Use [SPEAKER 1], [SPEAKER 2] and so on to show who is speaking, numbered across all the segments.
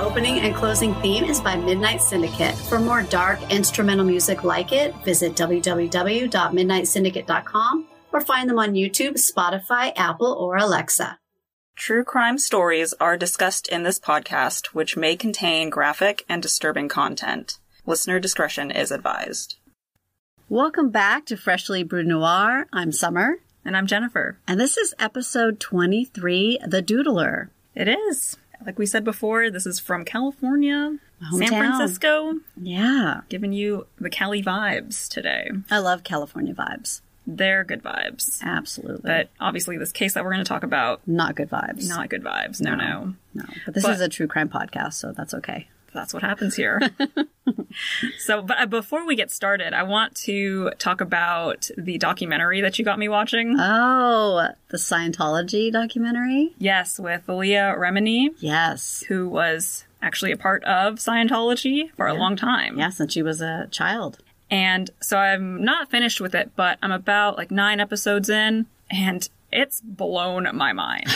[SPEAKER 1] opening and closing theme is by Midnight Syndicate. For more dark instrumental music like it, visit www.midnightsyndicate.com or find them on YouTube, Spotify, Apple, or Alexa.
[SPEAKER 2] True crime stories are discussed in this podcast, which may contain graphic and disturbing content. Listener discretion is advised.
[SPEAKER 1] Welcome back to Freshly Brewed Noir. I'm Summer,
[SPEAKER 2] And I'm Jennifer.
[SPEAKER 1] and this is episode 23, The Doodler.
[SPEAKER 2] It is. Like we said before, this is from California, San
[SPEAKER 1] Hometown.
[SPEAKER 2] Francisco,
[SPEAKER 1] Yeah,
[SPEAKER 2] giving you the Cali vibes today.
[SPEAKER 1] I love California vibes.
[SPEAKER 2] They're good vibes.
[SPEAKER 1] Absolutely.
[SPEAKER 2] But obviously, this case that we're going to talk about,
[SPEAKER 1] not good vibes.
[SPEAKER 2] not good vibes. No, no.
[SPEAKER 1] no. But this
[SPEAKER 2] But-
[SPEAKER 1] is a true crime podcast, so that's okay.
[SPEAKER 2] That's what happens here. so, but uh, before we get started, I want to talk about the documentary that you got me watching.
[SPEAKER 1] Oh, the Scientology documentary?
[SPEAKER 2] yes, with Leah Remini.
[SPEAKER 1] Yes.
[SPEAKER 2] who was actually a part of Scientology for a long time.
[SPEAKER 1] Yeah, since she was a child.
[SPEAKER 2] And so I'm not finished with it, but I'm about like nine episodes in, and it's blown my mind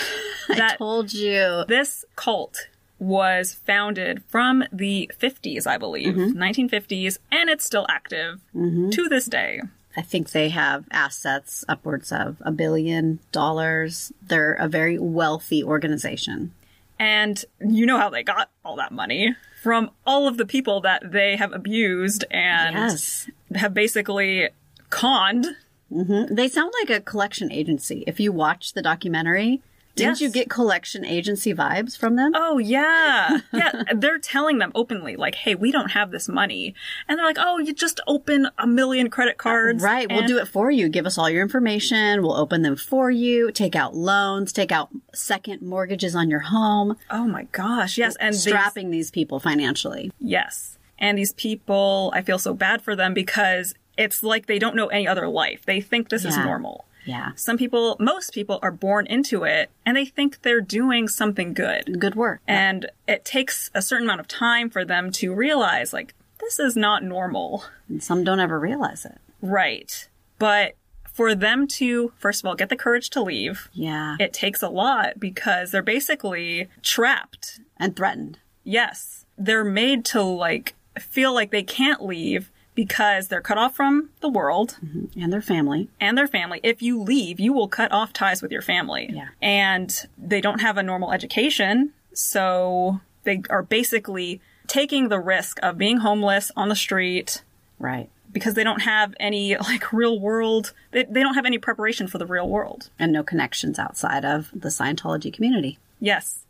[SPEAKER 2] that
[SPEAKER 1] Told you.
[SPEAKER 2] this cult was founded from the 50s, I believe,
[SPEAKER 1] Mm-hmm.
[SPEAKER 2] 1950s, and it's still active to this day.
[SPEAKER 1] I think they have assets upwards of a billion dollars. They're a very wealthy organization.
[SPEAKER 2] And you know how they got all that money from all of the people that they have abused and
[SPEAKER 1] Yes.
[SPEAKER 2] have basically conned.
[SPEAKER 1] They sound like a collection agency. If you watch the documentary, didn't
[SPEAKER 2] Yes.
[SPEAKER 1] you get collection agency vibes from them?
[SPEAKER 2] Oh yeah. Yeah, they're telling them openly like, "Hey, we don't have this money." And they're like, "Oh, you just open a million credit cards."
[SPEAKER 1] Right, we'll do it for you. Give us all your information. We'll open them for you. Take out loans, take out second mortgages on your home,
[SPEAKER 2] Oh my gosh. Yes, and these-
[SPEAKER 1] strapping these people financially.
[SPEAKER 2] yes. And these people, I feel so bad for them because it's like they don't know any other life. They think this is
[SPEAKER 1] Yeah.
[SPEAKER 2] normal.
[SPEAKER 1] Yeah.
[SPEAKER 2] Some people, most people are born into it and they think they're doing something good.
[SPEAKER 1] Good work.
[SPEAKER 2] And it takes a certain amount of time for them to realize like this is not normal.
[SPEAKER 1] And some don't ever realize it.
[SPEAKER 2] Right. But for them to, first of all, get the courage to leave,
[SPEAKER 1] Yeah.
[SPEAKER 2] it takes a lot because they're basically trapped.
[SPEAKER 1] and threatened.
[SPEAKER 2] Yes. They're made to like feel like they can't leave because they're cut off from the world
[SPEAKER 1] And their family.
[SPEAKER 2] and their family. If you leave, you will cut off ties with your family.
[SPEAKER 1] Yeah.
[SPEAKER 2] And they don't have a normal education. So they are basically taking the risk of being homeless on the street
[SPEAKER 1] Right.
[SPEAKER 2] because they don't have any like real world they, they don't have any preparation for the real world
[SPEAKER 1] And no connections outside of the Scientology community.
[SPEAKER 2] yes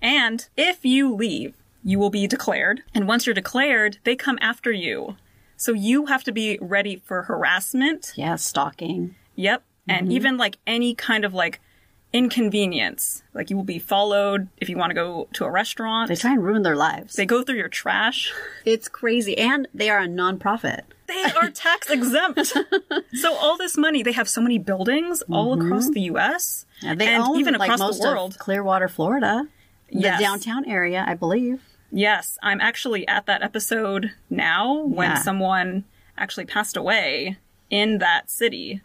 [SPEAKER 2] and if you leave you will be declared and once you're declared they come after you so you have to be ready for harassment
[SPEAKER 1] Yeah, stalking.
[SPEAKER 2] yep
[SPEAKER 1] Mm-hmm.
[SPEAKER 2] and even like any kind of like inconvenience like you will be followed if you want to go to a restaurant
[SPEAKER 1] They try and ruin their lives.
[SPEAKER 2] they go through your trash
[SPEAKER 1] It's crazy. And they are a nonprofit.
[SPEAKER 2] they are tax exempt so all this money they have so many buildings all across the us
[SPEAKER 1] Mm-hmm. Yeah, they
[SPEAKER 2] and
[SPEAKER 1] own
[SPEAKER 2] even
[SPEAKER 1] like
[SPEAKER 2] across
[SPEAKER 1] most
[SPEAKER 2] the world
[SPEAKER 1] of Clearwater, Florida.
[SPEAKER 2] Yes.
[SPEAKER 1] The downtown area, I believe.
[SPEAKER 2] Yes, I'm actually at that episode now when
[SPEAKER 1] Yeah.
[SPEAKER 2] someone actually passed away in that city.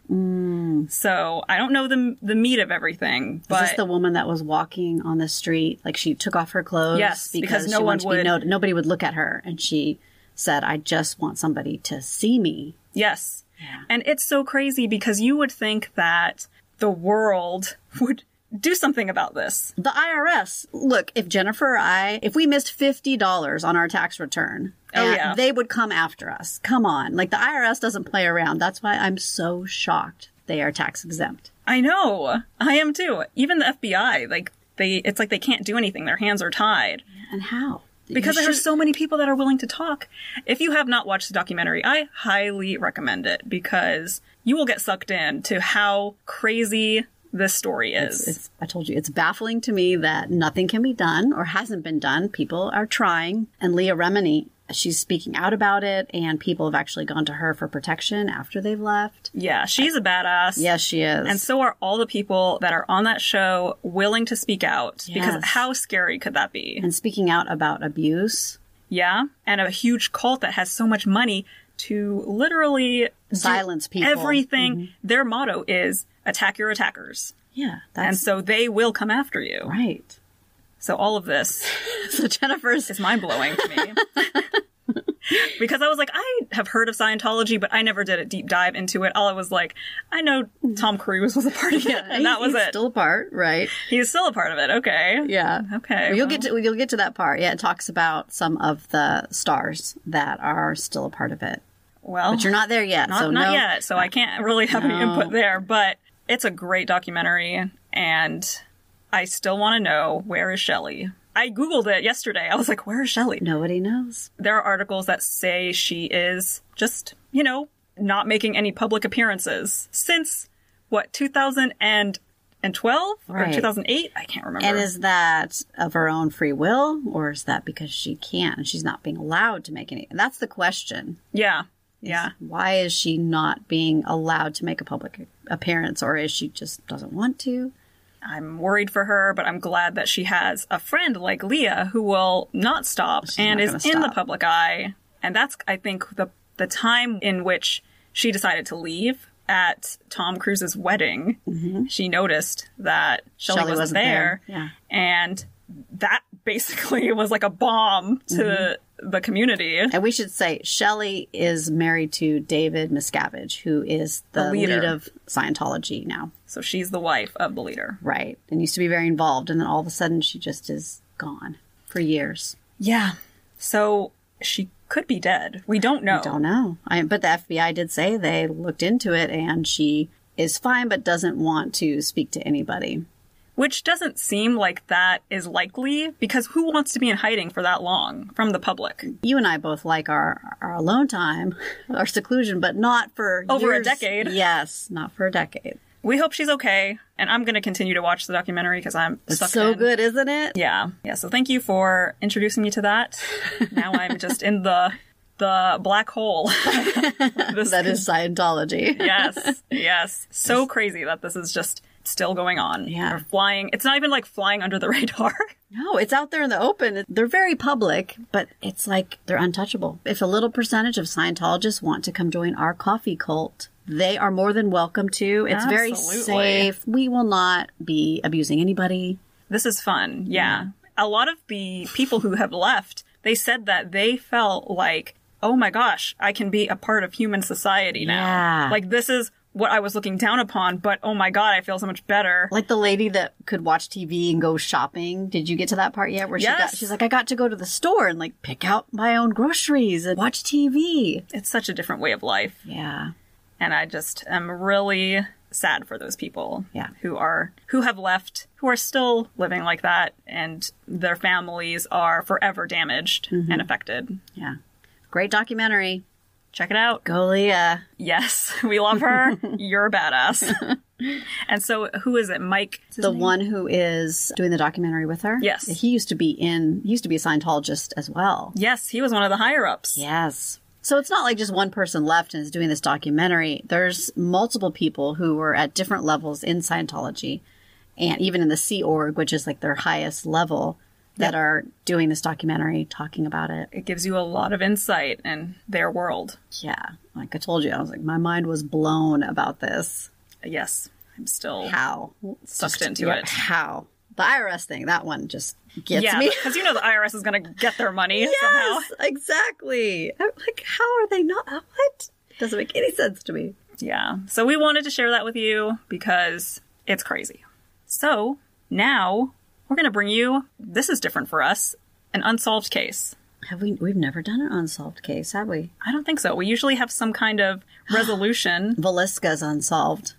[SPEAKER 2] So I don't know the the meat of everything,
[SPEAKER 1] Mm. Is
[SPEAKER 2] but
[SPEAKER 1] this the woman that was walking on the street? Like she took off her clothes
[SPEAKER 2] Yes, because no
[SPEAKER 1] she
[SPEAKER 2] one
[SPEAKER 1] wanted to be
[SPEAKER 2] would-
[SPEAKER 1] noted. Nobody would look at her, and she said, "I just want somebody to see me."
[SPEAKER 2] yes, and it's so crazy because you would think that the world would do something about this.
[SPEAKER 1] The IRS. Look, if Jennifer or I, if we missed fifty dollars on our tax return,
[SPEAKER 2] Oh,
[SPEAKER 1] and
[SPEAKER 2] yeah.
[SPEAKER 1] they would come after us. Come on, like the IRS doesn't play around. That's why I'm so shocked they are tax exempt.
[SPEAKER 2] I know, I am too. Even the FBI, like they, it's like they can't do anything. Their hands are tied.
[SPEAKER 1] And how?
[SPEAKER 2] because
[SPEAKER 1] You
[SPEAKER 2] there are
[SPEAKER 1] should-
[SPEAKER 2] so many people that are willing to talk. If you have not watched the documentary, I highly recommend it because you will get sucked in to how crazy this story is.
[SPEAKER 1] it's, I told you, it's baffling to me that nothing can be done or hasn't been done. People are trying. And Leah Remini, she's speaking out about it, and people have actually gone to her for protection after they've left.
[SPEAKER 2] yeah, she's a badass.
[SPEAKER 1] Yes, she is.
[SPEAKER 2] And so are all the people that are on that show willing to speak out because
[SPEAKER 1] Yes.
[SPEAKER 2] how scary could that be?
[SPEAKER 1] and speaking out about abuse,
[SPEAKER 2] Yeah. And a huge cult that has so much money to literally do
[SPEAKER 1] silence people. Mm-hmm.
[SPEAKER 2] everything. Their motto is attack your attackers.
[SPEAKER 1] Yeah,
[SPEAKER 2] And
[SPEAKER 1] that's
[SPEAKER 2] so they will come after you.
[SPEAKER 1] right.
[SPEAKER 2] So all of this
[SPEAKER 1] So Jennifer's
[SPEAKER 2] is mind blowing to me. because I was like, I have heard of Scientology, but I never did a deep dive into it. All I was like, I know Tom Cruise was a part of it, and that
[SPEAKER 1] he's-
[SPEAKER 2] was
[SPEAKER 1] he's
[SPEAKER 2] it.
[SPEAKER 1] Still apart, right?
[SPEAKER 2] He's still a part of it. Okay.
[SPEAKER 1] Yeah.
[SPEAKER 2] Okay.
[SPEAKER 1] You'll get to you'll get to that part. Yeah, it talks about some of the stars that are still a part of it,
[SPEAKER 2] Well,
[SPEAKER 1] but you're not there yet.
[SPEAKER 2] not,
[SPEAKER 1] so
[SPEAKER 2] not
[SPEAKER 1] no,
[SPEAKER 2] yet, so I can't really have any
[SPEAKER 1] No.
[SPEAKER 2] input there. But it's a great documentary, and I still want to know where is Shelley. I googled it yesterday. I was like, where is Shelley?
[SPEAKER 1] Nobody knows.
[SPEAKER 2] There are articles that say she is just, you know, not making any public appearances since what 2012 or
[SPEAKER 1] Right.
[SPEAKER 2] 2008? I can't remember.
[SPEAKER 1] And is that of her own free will, or is that because she can't and she's not being allowed to make any? That's the question.
[SPEAKER 2] yeah, yeah.
[SPEAKER 1] Why is she not being allowed to make a public appearance, or is she just doesn't want to?
[SPEAKER 2] I'm worried for her, but I'm glad that she has a friend like Leah who will not stop and
[SPEAKER 1] not
[SPEAKER 2] is
[SPEAKER 1] gonna
[SPEAKER 2] in the
[SPEAKER 1] stop.
[SPEAKER 2] public eye. And that's, I think, the the time in which she decided to leave at Tom Cruise's wedding. She noticed that Shelley,
[SPEAKER 1] Shelley
[SPEAKER 2] wasn't,
[SPEAKER 1] Mm-hmm. wasn't
[SPEAKER 2] there,
[SPEAKER 1] there. Yeah.
[SPEAKER 2] and that basically was like a bomb to
[SPEAKER 1] Mm-hmm.
[SPEAKER 2] the community.
[SPEAKER 1] And we should say Shelley is married to David Miscavige, who is the,
[SPEAKER 2] The leader.
[SPEAKER 1] leader. of Scientology now,
[SPEAKER 2] So she's the wife of the leader.
[SPEAKER 1] right? And used to be very involved, and then all of a sudden she just is gone for years.
[SPEAKER 2] Yeah. So she could be dead. We don't know.
[SPEAKER 1] Don't know. I, but the FBI did say they looked into it, and she is fine, but doesn't want to speak to anybody.
[SPEAKER 2] Which doesn't seem like that is likely because who wants to be in hiding for that long from the public?
[SPEAKER 1] You and I both like our our alone time, our seclusion, but not for
[SPEAKER 2] Over a
[SPEAKER 1] years.
[SPEAKER 2] decade.
[SPEAKER 1] Yes, not for a decade.
[SPEAKER 2] We hope she's okay, and I'm going to continue to watch the documentary because I'm sucked
[SPEAKER 1] so
[SPEAKER 2] in.
[SPEAKER 1] good, isn't it?
[SPEAKER 2] Yeah, yeah. So thank you for introducing me to that. now I'm just in the the black hole. This-
[SPEAKER 1] That is Scientology.
[SPEAKER 2] yes, yes. So crazy that this is just still going on.
[SPEAKER 1] Yeah.
[SPEAKER 2] We're flying. It's not even like flying under the radar.
[SPEAKER 1] No, it's out there in the open. It- They're very public, but it's like they're untouchable. If a little percentage of Scientologists want to come join our coffee cult, they are more than welcome to. It's very
[SPEAKER 2] Absolutely.
[SPEAKER 1] safe. We will not be abusing anybody.
[SPEAKER 2] this is
[SPEAKER 1] Mm-hmm.
[SPEAKER 2] fun. Yeah. A lot of the people who have left, they said that they felt like, oh my gosh, I can be a part of human society now.
[SPEAKER 1] Yeah.
[SPEAKER 2] Like, this is what I was looking down upon, but oh my God, I feel so much better.
[SPEAKER 1] Like the lady that could watch TV and go shopping. Did you get to that part yet? Where she
[SPEAKER 2] Yes.
[SPEAKER 1] got, she's like, I got to go to the store and like pick out my own groceries and watch TV.
[SPEAKER 2] It's such a different way of life.
[SPEAKER 1] Yeah.
[SPEAKER 2] And I just am really sad for those people
[SPEAKER 1] Yeah.
[SPEAKER 2] who are who have left who are still living like that and their families are forever damaged
[SPEAKER 1] Mm-hmm.
[SPEAKER 2] and affected
[SPEAKER 1] Yeah. Great documentary.
[SPEAKER 2] check it out
[SPEAKER 1] Go, Leah.
[SPEAKER 2] Yes, we love her. You're a badass. and so, who is it? Mike?
[SPEAKER 1] the one who is doing the documentary with her.
[SPEAKER 2] Yes.
[SPEAKER 1] he used to be in. He used to be a Scientologist as well.
[SPEAKER 2] Yes, he was one of the higher ups.
[SPEAKER 1] Yes. So it's not like just one person left and is doing this documentary. There's multiple people who were at different levels in Scientology, and even in the Sea Org, which is like their highest level, that are doing this documentary, talking about it.
[SPEAKER 2] It gives you a lot of insight in their world.
[SPEAKER 1] Yeah, like I told you, I was like, my mind was blown about this.
[SPEAKER 2] Yes, I'm still.
[SPEAKER 1] How It's
[SPEAKER 2] Sucked into it.
[SPEAKER 1] How the IRS thing? That one just gets
[SPEAKER 2] yeah,
[SPEAKER 1] me.
[SPEAKER 2] because you know the IRS is going to get their money somehow.
[SPEAKER 1] Yes, exactly. I'm like, how are they not? What? Doesn't make any sense to me.
[SPEAKER 2] Yeah. So, we wanted to share that with you because it's crazy. So, now we're going to bring you this is different for us an unsolved case.
[SPEAKER 1] Have we? We've never done an unsolved case, have we?
[SPEAKER 2] I don't think so. We usually have some kind of resolution.
[SPEAKER 1] Velisca's unsolved.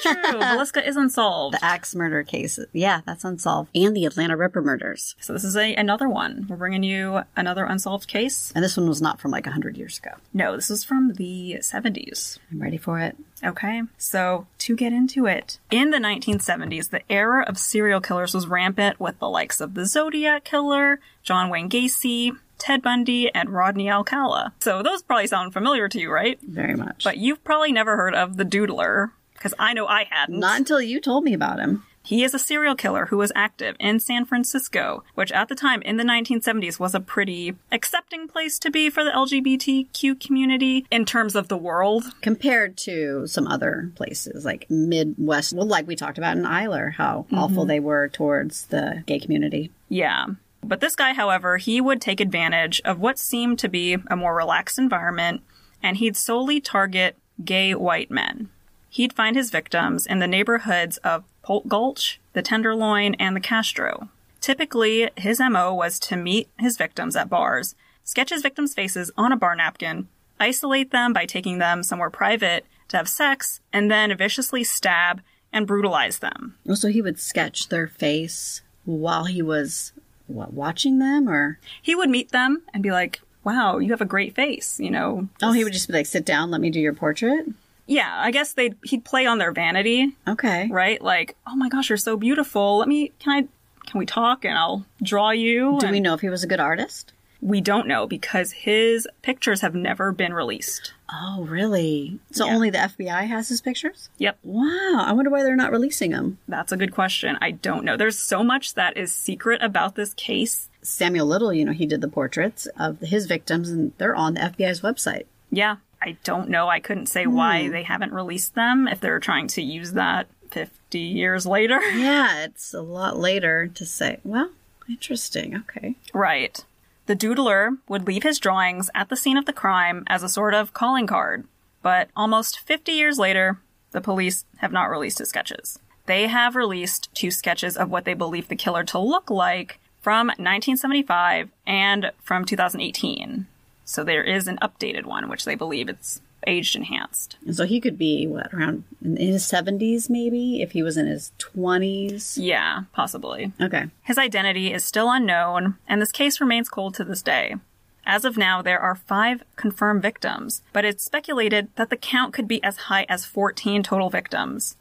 [SPEAKER 2] true. Velisca is unsolved.
[SPEAKER 1] The axe murder case. Yeah, that's unsolved. And the Atlanta Ripper murders.
[SPEAKER 2] So this is a, another one. We're bringing you another unsolved case.
[SPEAKER 1] And this one was not from like 100 years ago.
[SPEAKER 2] No, this is from the 70s.
[SPEAKER 1] I'm ready for it.
[SPEAKER 2] Okay, so to get into it, in the 1970s, the era of serial killers was rampant with the likes of the Zodiac Killer, John Wayne Gacy, Ted Bundy, and Rodney Alcala. So those probably sound familiar to you, right?
[SPEAKER 1] Very much.
[SPEAKER 2] But you've probably never heard of the Doodler, because I know I hadn't.
[SPEAKER 1] not until you told me about him.
[SPEAKER 2] He is a serial killer who was active in San Francisco, which at the time in the 1970s was a pretty accepting place to be for the LGBTQ community in terms of the world.
[SPEAKER 1] compared to some other places like Midwest. Well, like we talked about in Eiler, how awful they were towards the gay community.
[SPEAKER 2] Yeah. But this guy, however, he would take advantage of what seemed to be a more relaxed environment, and he'd solely target gay white men. He'd find his victims in the neighborhoods of Polk Gulch, the Tenderloin, and the Castro. Typically, his MO was to meet his victims at bars, sketch his victims' faces on a bar napkin, isolate them by taking them somewhere private to have sex, and then viciously stab and brutalize them.
[SPEAKER 1] So he would sketch their face while he was what watching them, or
[SPEAKER 2] he would meet them and be like, "Wow, you have a great face," you know.
[SPEAKER 1] oh, he would just be like, "Sit down, let me do your portrait."
[SPEAKER 2] Yeah, I guess they would he'd play on their vanity,
[SPEAKER 1] Okay,
[SPEAKER 2] right? Like, "Oh my gosh, you're so beautiful. Let me can I can we talk and I'll draw you?"
[SPEAKER 1] do
[SPEAKER 2] And
[SPEAKER 1] we know if he was a good artist?
[SPEAKER 2] we don't know because his pictures have never been released.
[SPEAKER 1] Oh, really? So only the FBI has his pictures?
[SPEAKER 2] Yep,
[SPEAKER 1] Wow, I wonder why they're not releasing them.
[SPEAKER 2] that's a good question. I don't know. There's so much that is secret about this case.
[SPEAKER 1] Samuel Little, you know, he did the portraits of his victims, and they're on the FBI's website.
[SPEAKER 2] Yeah, I don't know. I couldn't say why
[SPEAKER 1] Hmm.
[SPEAKER 2] they haven't released them if they're trying to use that 50 years later.
[SPEAKER 1] Yeah, it's a lot later to say. Well, interesting. Okay.
[SPEAKER 2] Right. The doodler would leave his drawings at the scene of the crime as a sort of calling card, but almost 50 years later, the police have not released his sketches. They have released two sketches of what they believe the killer to look like from 1975 and from 2018. So there is an updated one, which they believe it's aged enhanced.
[SPEAKER 1] And so he could be what around in his 70s maybe if he was in his 20s.
[SPEAKER 2] Yeah, possibly.
[SPEAKER 1] Okay.
[SPEAKER 2] His identity is still unknown, and this case remains cold to this day. As of now, there are five confirmed victims, but it's speculated that the count could be as high as 14 total victims.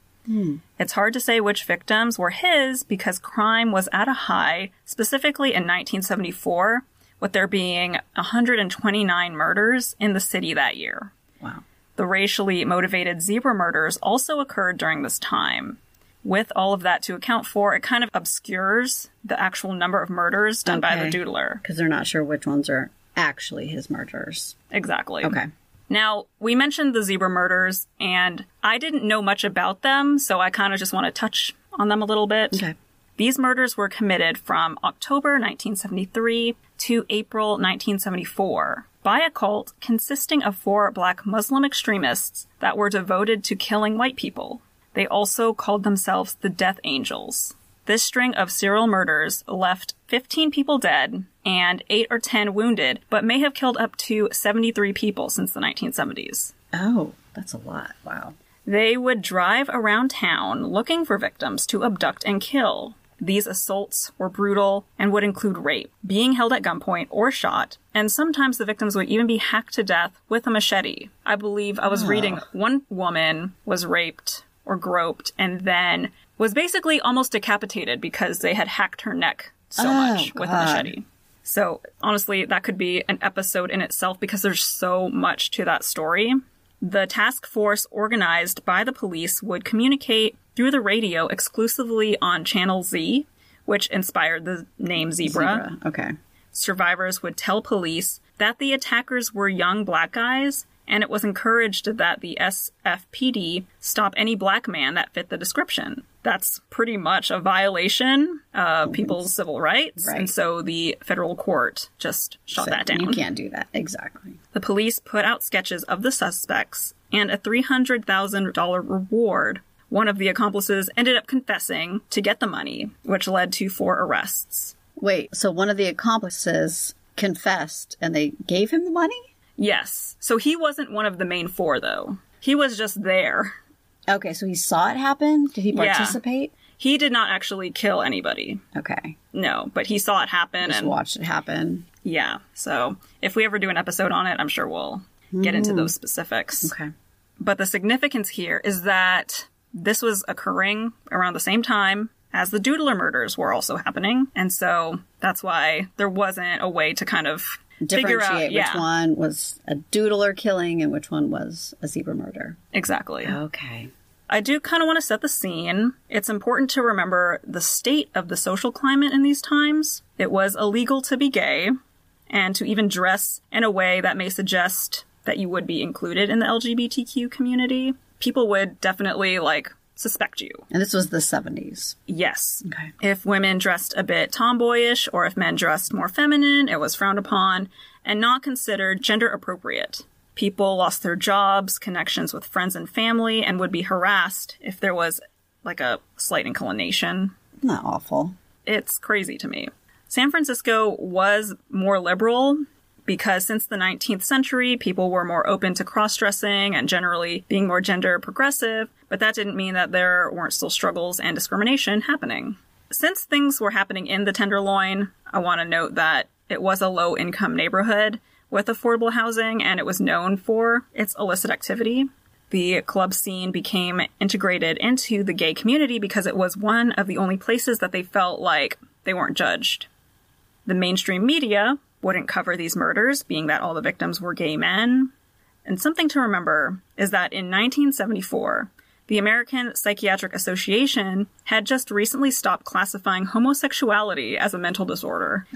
[SPEAKER 2] It's hard to say which victims were his because crime was at a high, specifically in 1974, with there being 129 murders in the city that year.
[SPEAKER 1] Wow.
[SPEAKER 2] The racially motivated zebra murders also occurred during this time. With all of that to account for, it kind of obscures the actual number of murders done by the
[SPEAKER 1] Okay.
[SPEAKER 2] doodler.
[SPEAKER 1] Cuz they're not sure which ones are actually his murders.
[SPEAKER 2] Exactly.
[SPEAKER 1] Okay.
[SPEAKER 2] Now, we mentioned the zebra murders, and I didn't know much about them, so I kind of just want to touch on them a little bit.
[SPEAKER 1] Okay.
[SPEAKER 2] These murders were committed from October 1973 to April 1974 by a cult consisting of four black Muslim extremists that were devoted to killing white people. They also called themselves the Death Angels. This string of serial murders left 15 people dead and 8 or 10 wounded, but may have killed up to 73 people since the 1970s.
[SPEAKER 1] Oh, that's a lot. Wow.
[SPEAKER 2] They would drive around town looking for victims to abduct and kill. These assaults were brutal and would include rape, being held at gunpoint or shot, and sometimes the victims would even be hacked to death with a machete. I believe I was
[SPEAKER 1] Ah.
[SPEAKER 2] reading one woman was raped or groped and then was basically almost decapitated because they had hacked her neck so
[SPEAKER 1] Oh,
[SPEAKER 2] much with a
[SPEAKER 1] God.
[SPEAKER 2] machete. So, honestly, that could be an episode in itself because there's so much to that story. The task force organized by the police would communicate through the radio exclusively on Channel Z, which inspired the name Zebra.
[SPEAKER 1] Zebra. Okay.
[SPEAKER 2] Survivors would tell police that the attackers were young black guys, and it was encouraged that the SFPD stop any black man that fit the description. That's pretty much a violation of people's civil rights,
[SPEAKER 1] Right.
[SPEAKER 2] and so the federal court just shut
[SPEAKER 1] So
[SPEAKER 2] that down.
[SPEAKER 1] You can't do that. Exactly.
[SPEAKER 2] The police put out sketches of the suspects and a $300,000 reward. One of the accomplices ended up confessing to get the money, which led to four arrests.
[SPEAKER 1] Wait, so one of the accomplices confessed and they gave him the money?
[SPEAKER 2] Yes, so he wasn't one of the main four, though. He was just there.
[SPEAKER 1] Okay, so he saw it happen? Did he
[SPEAKER 2] Yeah.
[SPEAKER 1] participate?
[SPEAKER 2] He did not actually kill anybody.
[SPEAKER 1] Okay.
[SPEAKER 2] No, but he saw it happen.
[SPEAKER 1] Just
[SPEAKER 2] And
[SPEAKER 1] watched it happen.
[SPEAKER 2] yeah, so if we ever do an episode on it, I'm sure we'll get into those specifics.
[SPEAKER 1] Okay.
[SPEAKER 2] But the significance here is that this was occurring around the same time as the Doodler murders were also happening. And so that's why there wasn't a way to kind of figure
[SPEAKER 1] differentiate
[SPEAKER 2] out
[SPEAKER 1] which
[SPEAKER 2] yeah,
[SPEAKER 1] one was a doodler killing and which one was a zebra murder.
[SPEAKER 2] Exactly.
[SPEAKER 1] Okay.
[SPEAKER 2] I do kind of want to set the scene. It's important to remember the state of the social climate in these times. It was illegal to be gay and to even dress in a way that may suggest that you would be included in the LGBTQ community. People would definitely like suspect you.
[SPEAKER 1] And this was the 70s.
[SPEAKER 2] Yes.
[SPEAKER 1] Okay.
[SPEAKER 2] If women dressed a bit tomboyish or if men dressed more feminine, it was frowned upon and not considered gender appropriate. People lost their jobs, connections with friends and family, and would be harassed if there was like a slight inclination
[SPEAKER 1] Isn't that awful?
[SPEAKER 2] it's crazy to me. San Francisco was more liberal because since the 19th century, people were more open to cross dressing and generally being more gender progressive, but that didn't mean that there weren't still struggles and discrimination happening. Since things were happening in the Tenderloin, I want to note that it was a low income neighborhood with affordable housing and it was known for its illicit activity. The club scene became integrated into the gay community because it was one of the only places that they felt like they weren't judged. The mainstream media wouldn't cover these murders, being that all the victims were gay men. And something to remember is that in 1974, the American Psychiatric Association had just recently stopped classifying homosexuality as a mental disorder.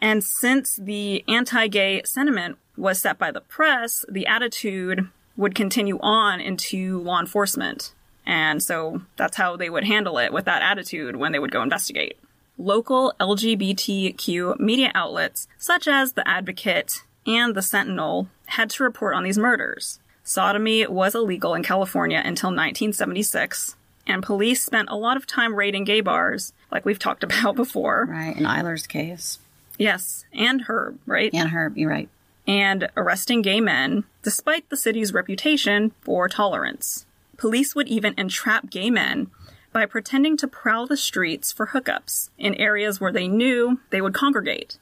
[SPEAKER 2] And since the anti gay sentiment was set by the press, the attitude would continue on into law enforcement. And so that's how they would handle it with that attitude when they would go investigate. Local LGBTQ media outlets, such as The Advocate and The Sentinel, had to report on these murders. Sodomy was illegal in California until 1976, and police spent a lot of time raiding gay bars, like we've talked about before.
[SPEAKER 1] Right. In Eiler's case.
[SPEAKER 2] Yes, and Herb, right?
[SPEAKER 1] And Herb, you're right.
[SPEAKER 2] and arresting gay men, despite the city's reputation for tolerance. Police would even entrap gay men by pretending to prowl the streets for hookups in areas where they knew they would congregate.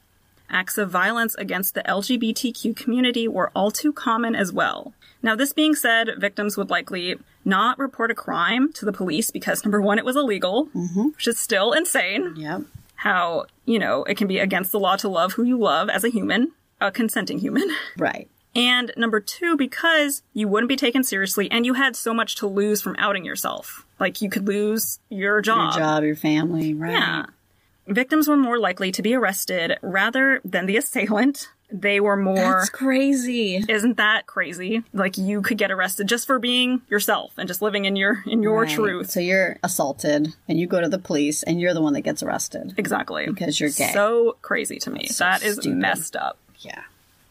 [SPEAKER 2] Acts of violence against the LGBTQ community were all too common as well. Now, this being said, victims would likely not report a crime to the police because, number one, it was illegal, which is still insane
[SPEAKER 1] Yep.
[SPEAKER 2] how, you know, it can be against the law to love who you love as a human, a consenting human.
[SPEAKER 1] Right.
[SPEAKER 2] And number two, because you wouldn't be taken seriously and you had so much to lose from outing yourself. Like you could lose your
[SPEAKER 1] Your
[SPEAKER 2] job.
[SPEAKER 1] job, your family, right.
[SPEAKER 2] Yeah. Victims were more likely to be arrested rather than the assailant. They were more.
[SPEAKER 1] That's crazy.
[SPEAKER 2] isn't that crazy? Like you could get arrested just for being yourself and just living in your in your
[SPEAKER 1] Right.
[SPEAKER 2] truth.
[SPEAKER 1] So you're assaulted and you go to the police and you're the one that gets arrested.
[SPEAKER 2] Exactly.
[SPEAKER 1] Because you're gay.
[SPEAKER 2] So crazy to me.
[SPEAKER 1] so
[SPEAKER 2] that is
[SPEAKER 1] stupid.
[SPEAKER 2] messed up.
[SPEAKER 1] Yeah.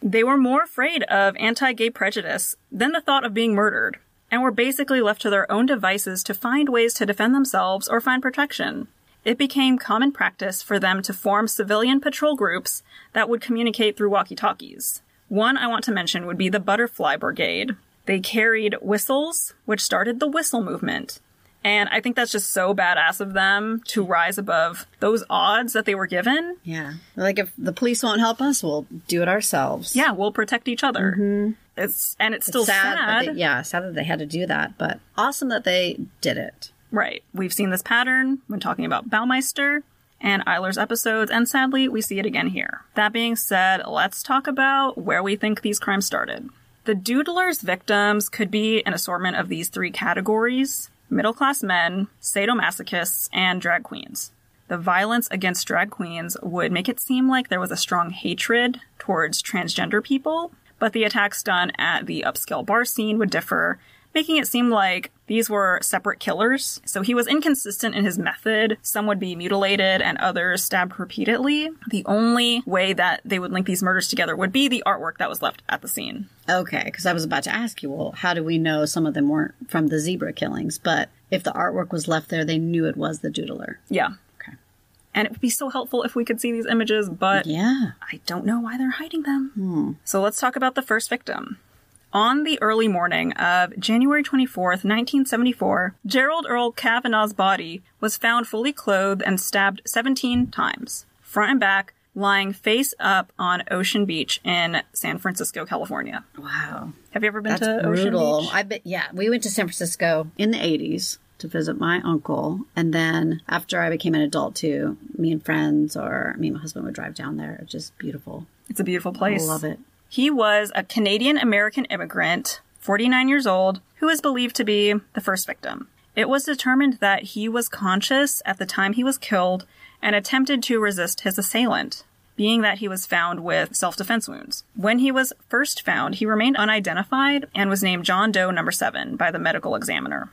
[SPEAKER 2] They were more afraid of anti gay prejudice than the thought of being murdered, and were basically left to their own devices to find ways to defend themselves or find protection. It became common practice for them to form civilian patrol groups that would communicate through walkie talkies. One I want to mention would be the Butterfly Brigade. They carried whistles, which started the whistle movement. And I think that's just so badass of them to rise above those odds that they were given.
[SPEAKER 1] Yeah. Like if the police won't help us, we'll do it ourselves.
[SPEAKER 2] Yeah, we'll protect each other. It's and it's still sad.
[SPEAKER 1] that they- yeah, sad that they had to do that, but awesome that they did it.
[SPEAKER 2] Right. We've seen this pattern when talking about Baumeister and Eiler's episodes, and sadly, we see it again here. That being said, let's talk about where we think these crimes started. The Doodler's victims could be an assortment of these three categories middle class men, sadomasochists, and drag queens. The violence against drag queens would make it seem like there was a strong hatred towards transgender people, but the attacks done at the upscale bar scene would differ, making it seem like these were separate killers. So he was inconsistent in his method. Some would be mutilated and others stabbed repeatedly. The only way that they would link these murders together would be the artwork that was left at the scene.
[SPEAKER 1] Okay, because I was about to ask you, well, how do we know some of them weren't from the zebra killings? But if the artwork was left there, they knew it was the doodler.
[SPEAKER 2] Yeah.
[SPEAKER 1] Okay.
[SPEAKER 2] And it would be so helpful if we could see these images, but
[SPEAKER 1] Yeah.
[SPEAKER 2] I don't know why they're hiding them.
[SPEAKER 1] Hmm.
[SPEAKER 2] So let's talk about the first victim. On the early morning of January 24th, 1974, Gerald Earl Kavanaugh's body was found fully clothed and stabbed 17 times, front and back, lying face up on Ocean Beach in San Francisco, California.
[SPEAKER 1] Wow.
[SPEAKER 2] Have you ever been
[SPEAKER 1] That's
[SPEAKER 2] to
[SPEAKER 1] brutal.
[SPEAKER 2] Ocean Beach?
[SPEAKER 1] I bet. Yeah, we went to San Francisco in the '80s to visit my uncle, and then after I became an adult, too, me and friends or me and my husband would drive down there. It's just beautiful.
[SPEAKER 2] It's a beautiful place.
[SPEAKER 1] I love it.
[SPEAKER 2] He was a Canadian American immigrant, 49 years old, who is believed to be the first victim. It was determined that he was conscious at the time he was killed and attempted to resist his assailant, being that he was found with self defense wounds. When he was first found, he remained unidentified and was named John Doe number 7 by the medical examiner.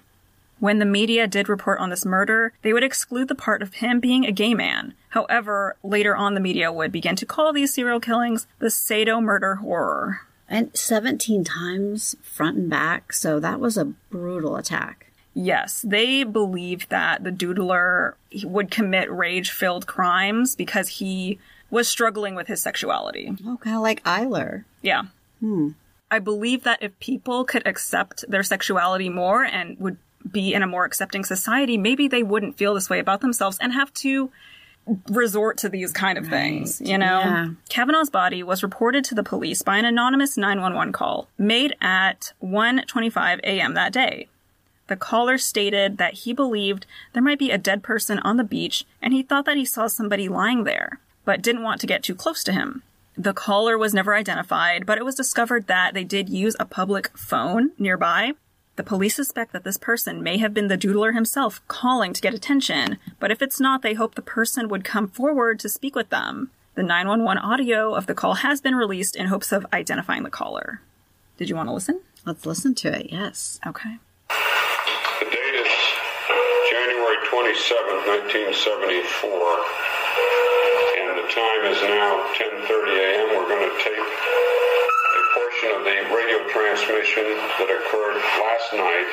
[SPEAKER 2] When the media did report on this murder, they would exclude the part of him being a gay man. However, later on, the media would begin to call these serial killings the Sado murder horror.
[SPEAKER 1] And 17 times front and back, so that was a brutal attack.
[SPEAKER 2] Yes, they believed that the doodler would commit rage filled crimes because he was struggling with his sexuality.
[SPEAKER 1] Oh, kind of like Eiler.
[SPEAKER 2] Yeah. I believe that if people could accept their sexuality more and would be in a more accepting society, maybe they wouldn't feel this way about themselves and have to resort to these kind of things, you know?
[SPEAKER 1] Yeah.
[SPEAKER 2] Kavanaugh's body was reported to the police by an anonymous 911 call made at 1:25 a.m. that day. The caller stated that he believed there might be a dead person on the beach and he thought that he saw somebody lying there, but didn't want to get too close to him. The caller was never identified, but it was discovered that they did use a public phone nearby. The police suspect that this person may have been the doodler himself calling to get attention, but if it's not, they hope the person would come forward to speak with them. The 911 audio of the call has been released in hopes of identifying the caller. Did you want to listen?
[SPEAKER 1] Let's listen to it, yes.
[SPEAKER 2] Okay.
[SPEAKER 3] The date is January 27, 1974, and the time is now 10:30 a.m. We're going to take a portion of the radio transmission that occurred last night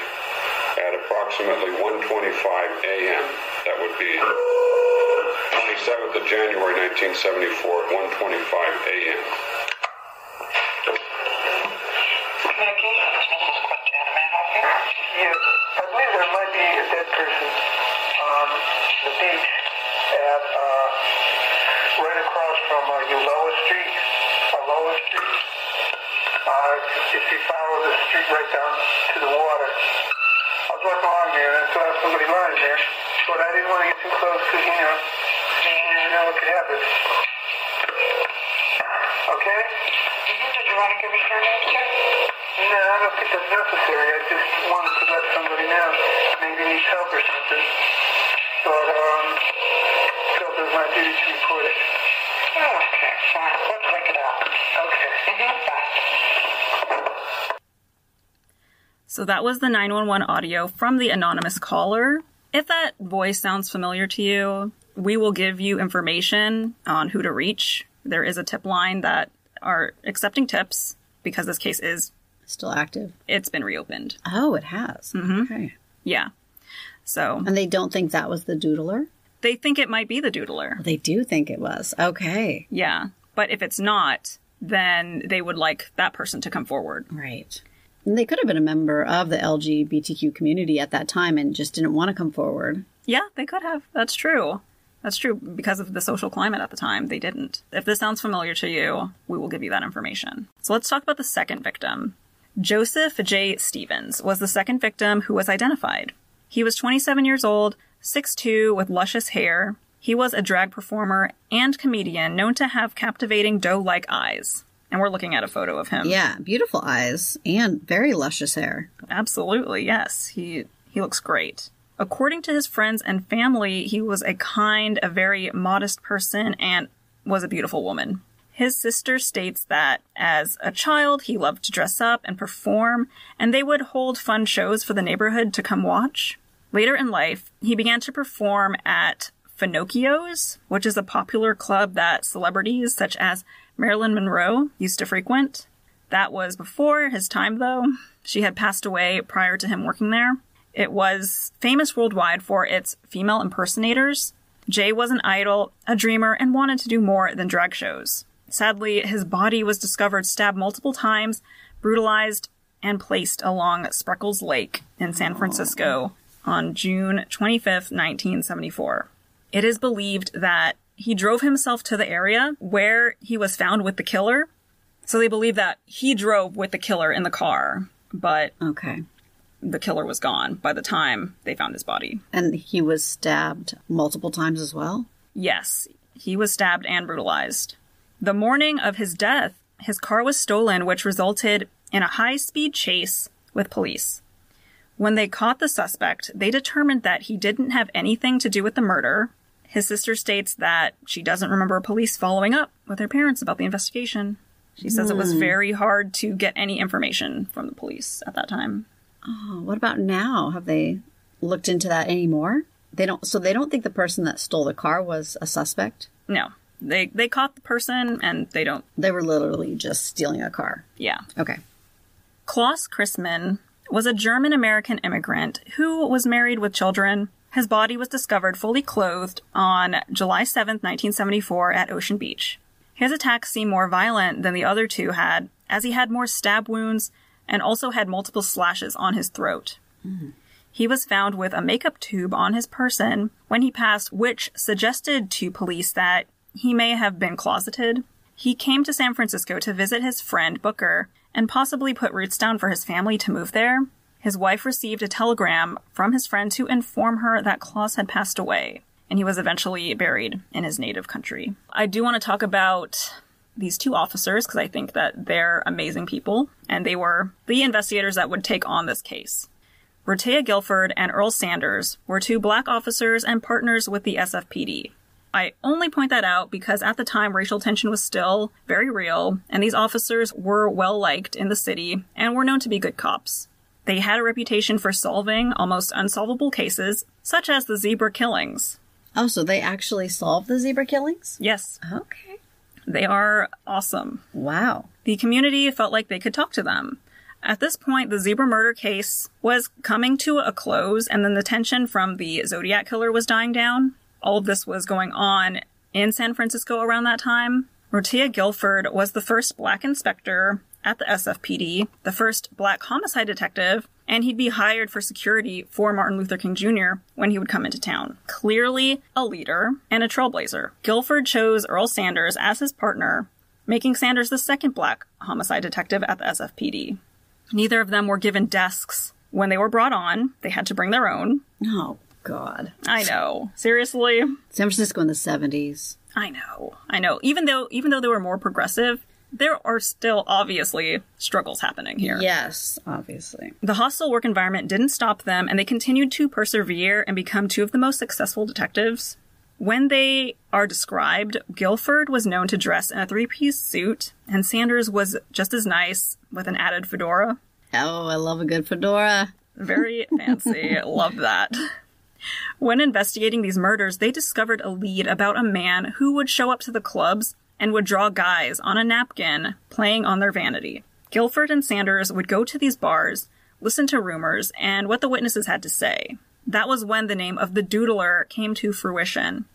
[SPEAKER 3] at approximately 1:25 a.m. That would be 27th of January 1974 at 1:25 a.m.
[SPEAKER 4] Nikki? Mrs. Quintan, may I help you? Yes, I believe there might be a dead person on the beach at, uh, right across from, uh, Uloa Street, Uloa Street. Uh, if you follow the street right down to the water. I was walking along there and I saw somebody lying there, but I didn't want to get too close because, you know, you never know what could happen. Okay? Did you want to give me your name, sir? No, I don't think that's necessary. I just wanted to let somebody know. Maybe needs help or something. But, um, felt it was my duty to report it. Oh, Okay, fine. We'll check it out. Okay. Mm-hmm. Bye.
[SPEAKER 2] So that was the 911 audio from the anonymous caller. If that voice sounds familiar to you, we will give you information on who to reach. There is a tip line that are accepting tips because this case is
[SPEAKER 1] Still active.
[SPEAKER 2] it's been reopened.
[SPEAKER 1] Oh, it has.
[SPEAKER 2] Mm-hmm.
[SPEAKER 1] Okay.
[SPEAKER 2] Yeah. So
[SPEAKER 1] And they don't think that was the doodler?
[SPEAKER 2] they think it might be the doodler.
[SPEAKER 1] They do think it was. Okay.
[SPEAKER 2] Yeah. But if it's not, then they would like that person to come forward.
[SPEAKER 1] Right. And they could have been a member of the LGBTQ community at that time and just didn't want to come forward.
[SPEAKER 2] Yeah, they could have. That's true. That's true because of the social climate at the time, they didn't. If this sounds familiar to you, we will give you that information. So let's talk about the second victim. Joseph J. Stevens was the second victim who was identified. He was 27 years old, 6'2, with luscious hair. He was a drag performer and comedian known to have captivating doe like eyes. And we're looking at a photo of him.
[SPEAKER 1] Yeah, beautiful eyes and very luscious hair.
[SPEAKER 2] Absolutely, yes. He he looks great. According to his friends and family, he was a kind, a very modest person and was a beautiful woman. His sister states that as a child, he loved to dress up and perform, and they would hold fun shows for the neighborhood to come watch. Later in life, he began to perform at Finocchio's, which is a popular club that celebrities such as Marilyn Monroe used to frequent. That was before his time, though. She had passed away prior to him working there. It was famous worldwide for its female impersonators. Jay was an idol, a dreamer, and wanted to do more than drag shows. Sadly, his body was discovered stabbed multiple times, brutalized, and placed along Spreckles Lake in San Francisco on June 25th, 1974. It is believed that he drove himself to the area where he was found with the killer so they believe that he drove with the killer in the car, but
[SPEAKER 1] Okay.
[SPEAKER 2] the killer was gone by the time they found his body.
[SPEAKER 1] And he was stabbed multiple times as well.
[SPEAKER 2] Yes, he was stabbed and brutalized. The morning of his death, his car was stolen, which resulted in a high speed chase with police. When they caught the suspect, they determined that he didn't have anything to do with the murder. His sister states that she doesn't remember police following up with her parents about the investigation. She says it was very hard to get any information from the police at that time.
[SPEAKER 1] Oh, what about now? Have they looked into that anymore? They don't. So they don't think the person that stole the car was a suspect.
[SPEAKER 2] No. They they caught the person and they don't
[SPEAKER 1] They were literally just stealing a car.
[SPEAKER 2] yeah.
[SPEAKER 1] Okay.
[SPEAKER 2] Klaus Christmann was a German American immigrant who was married with children. His body was discovered fully clothed on July seventh, 1974, at Ocean Beach. His attacks seemed more violent than the other two had, as he had more stab wounds and also had multiple slashes on his throat. He was found with a makeup tube on his person when he passed, which suggested to police that he may have been closeted. He came to San Francisco to visit his friend Booker and possibly put roots down for his family to move there. His wife received a telegram from his friend to inform her that Claus had passed away, and he was eventually buried in his native country. I do want to talk about these two officers because I think that they're amazing people, and they were the investigators that would take on this case. Rotea Guilford and Earl Sanders were two black officers and partners with the SFPD. I only point that out because at the time racial tension was still very real, and these officers were well liked in the city and were known to be good cops. They had a reputation for solving almost unsolvable cases, such as the zebra killings.
[SPEAKER 1] Oh, so they actually solved the zebra killings?
[SPEAKER 2] Yes,
[SPEAKER 1] Okay.
[SPEAKER 2] they are awesome.
[SPEAKER 1] Wow.
[SPEAKER 2] The community felt like they could talk to them. At this point, the zebra murder case was coming to a close, and then the tension from the Zodiac killer was dying down. All of this was going on in San Francisco around that time. Rotia Guilford was the first black inspector at the SFPD, the first black homicide detective, and he'd be hired for security for Martin Luther King Jr. when he would come into town. Clearly a leader and a trailblazer. Guilford chose Earl Sanders as his partner making Sanders the second black homicide detective at the SFPD. Neither of them were given desks when they were brought on. They had to bring their own.
[SPEAKER 1] Oh, God.
[SPEAKER 2] I know. Seriously?
[SPEAKER 1] San Francisco in the 70s.
[SPEAKER 2] I know. I know. Even though even though they were more progressive, there are still obviously struggles happening here.
[SPEAKER 1] Yes, obviously.
[SPEAKER 2] The hostile work environment didn't stop them, and they continued to persevere and become two of the most successful detectives. When they are described, Guilford was known to dress in a three piece suit, and Sanders was just as nice with an added fedora.
[SPEAKER 1] Oh, I love a good fedora.
[SPEAKER 2] Very fancy. Love that. When investigating these murders, they discovered a lead about a man who would show up to the clubs and would draw guys on a napkin playing on their vanity. Guilford and Sanders would go to these bars, listen to rumors, and what the witnesses had to say. That was when the name of the doodler came to fruition.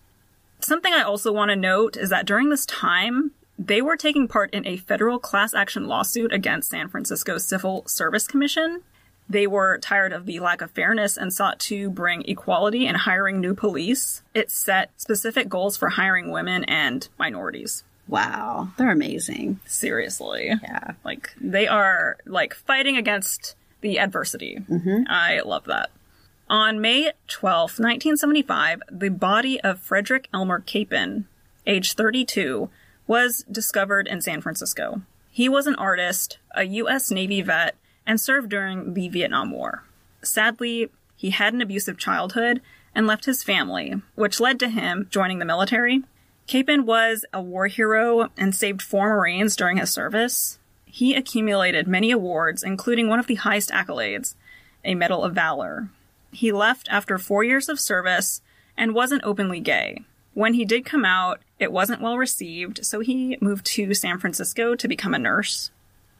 [SPEAKER 2] Something I also want to note is that during this time, they were taking part in a federal class action lawsuit against San Francisco's Civil Service Commission. They were tired of the lack of fairness and sought to bring equality in hiring new police. It set specific goals for hiring women and minorities.
[SPEAKER 1] Wow. They're amazing.
[SPEAKER 2] Seriously.
[SPEAKER 1] Yeah.
[SPEAKER 2] Like, they are, like, fighting against the adversity. I love that. On May twelfth, 1975, the body of Frederick Elmer Capon, age 32, was discovered in San Francisco. He was an artist, a U.S. Navy vet, and served during the Vietnam War. Sadly, he had an abusive childhood and left his family, which led to him joining the military. Capon was a war hero and saved four Marines during his service. He accumulated many awards, including one of the highest accolades, a Medal of Valor. He left after four years of service and wasn't openly gay. When he did come out, it wasn't well received, so he moved to San Francisco to become a nurse.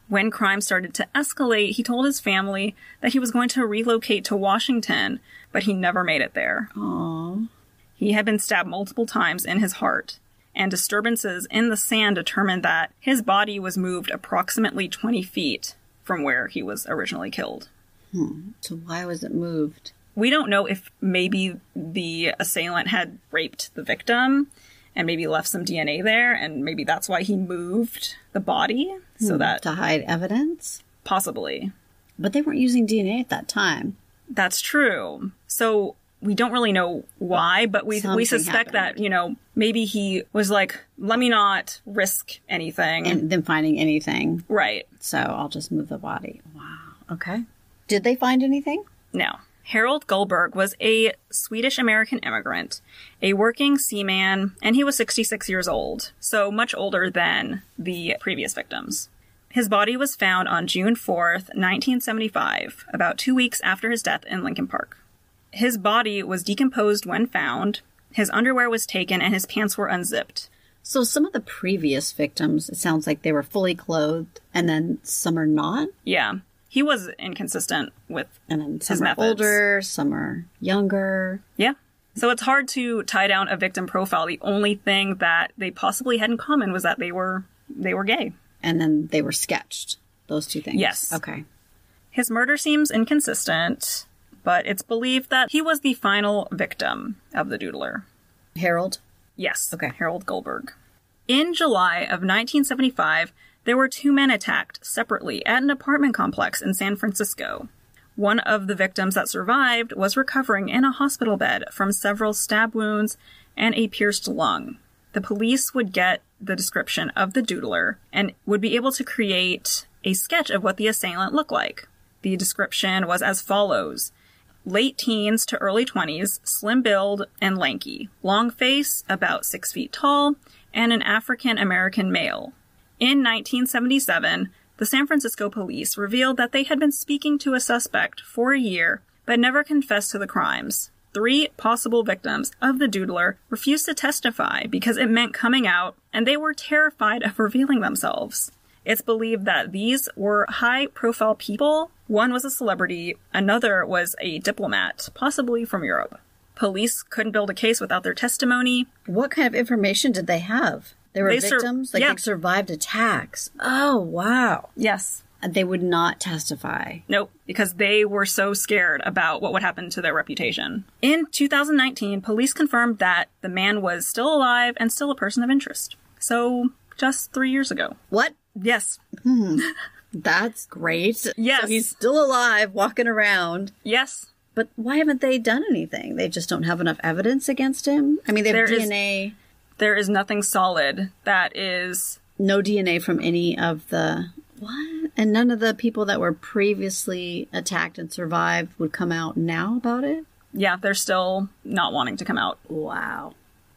[SPEAKER 2] When crime started to escalate, he told his family that he was going to relocate to Washington, but he never made it there.
[SPEAKER 1] Oh.
[SPEAKER 2] He had been stabbed multiple times in his heart, and disturbances in the sand determined that his body was moved approximately 20 feet from where he was originally killed.
[SPEAKER 1] So why was it moved?
[SPEAKER 2] We don't know if maybe the assailant had raped the victim and maybe left some DNA there, and maybe that's why he moved the body so that
[SPEAKER 1] To hide evidence?
[SPEAKER 2] possibly
[SPEAKER 1] But they weren't using DNA at that time.
[SPEAKER 2] That's true. So we don't really know why, but we we
[SPEAKER 1] Something
[SPEAKER 2] suspect that
[SPEAKER 1] happened.
[SPEAKER 2] you know maybe he was like, let me not risk anything,
[SPEAKER 1] And them finding anything.
[SPEAKER 2] right?
[SPEAKER 1] So I'll just move the body. Wow. Okay. Did they find anything?
[SPEAKER 2] No. Harold Goldberg was a Swedish American immigrant, a working seaman, and he was 66 years old, so much older than the previous victims. His body was found on June 4th, 1975, about two weeks after his death in Lincoln Park. His body was decomposed when found, his underwear was taken, and his pants were unzipped.
[SPEAKER 1] So some of the previous victims, it sounds like they were fully clothed, and then some are not,
[SPEAKER 2] Yeah, he was inconsistent with
[SPEAKER 1] and then some
[SPEAKER 2] His
[SPEAKER 1] are
[SPEAKER 2] methods.
[SPEAKER 1] older, some are younger.
[SPEAKER 2] Yeah. So it's hard to tie down a victim profile. The only thing that they possibly had in common was that they were they were gay.
[SPEAKER 1] and then they were sketched. Those two things.
[SPEAKER 2] Yes.
[SPEAKER 1] Okay.
[SPEAKER 2] His murder seems inconsistent, but it's believed that he was the final victim of the doodler.
[SPEAKER 1] Harold.
[SPEAKER 2] Yes.
[SPEAKER 1] Okay.
[SPEAKER 2] Harold Goldberg. In July of 1975, there were two men attacked separately at an apartment complex in San Francisco. One of the victims that survived was recovering in a hospital bed from several stab wounds and a pierced lung. The police would get the description of the doodler and would be able to create a sketch of what the assailant looked like. The description was as follows late teens to early 20s, slim build and lanky, long face, about six feet tall, and an African American male. In 1977, the San Francisco police revealed that they had been speaking to a suspect for a year but never confessed to the crimes. Three possible victims of the doodler refused to testify because it meant coming out and they were terrified of revealing themselves. It's believed that these were high profile people. One was a celebrity, another was a diplomat, possibly from Europe. Police couldn't build a case without their testimony.
[SPEAKER 1] What kind of information did they have? They were
[SPEAKER 2] They sur-
[SPEAKER 1] victims. like
[SPEAKER 2] yeah.
[SPEAKER 1] they survived attacks. Oh wow.
[SPEAKER 2] Yes.
[SPEAKER 1] And they would not testify.
[SPEAKER 2] Nope, because they were so scared about what would happen to their reputation. In 2019, police confirmed that the man was still alive and still a person of interest. So, just three years ago.
[SPEAKER 1] What?
[SPEAKER 2] Yes,
[SPEAKER 1] That's great.
[SPEAKER 2] Yes.
[SPEAKER 1] So he's still alive, walking around.
[SPEAKER 2] yes,
[SPEAKER 1] But why haven't they done anything? They just don't have enough evidence against him. I mean, they have
[SPEAKER 2] There is-
[SPEAKER 1] DNA.
[SPEAKER 2] there is nothing solid that is.
[SPEAKER 1] no DNA from any of the what? And none of the people that were previously attacked and survived would come out now about it.
[SPEAKER 2] Yeah, they're still not wanting to come out.
[SPEAKER 1] Wow.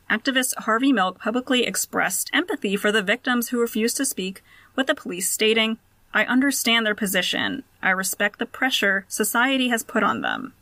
[SPEAKER 2] Activist Harvey Milk publicly expressed empathy for the victims who refused to speak, with the police stating, I understand their position. I respect the pressure society has put on them.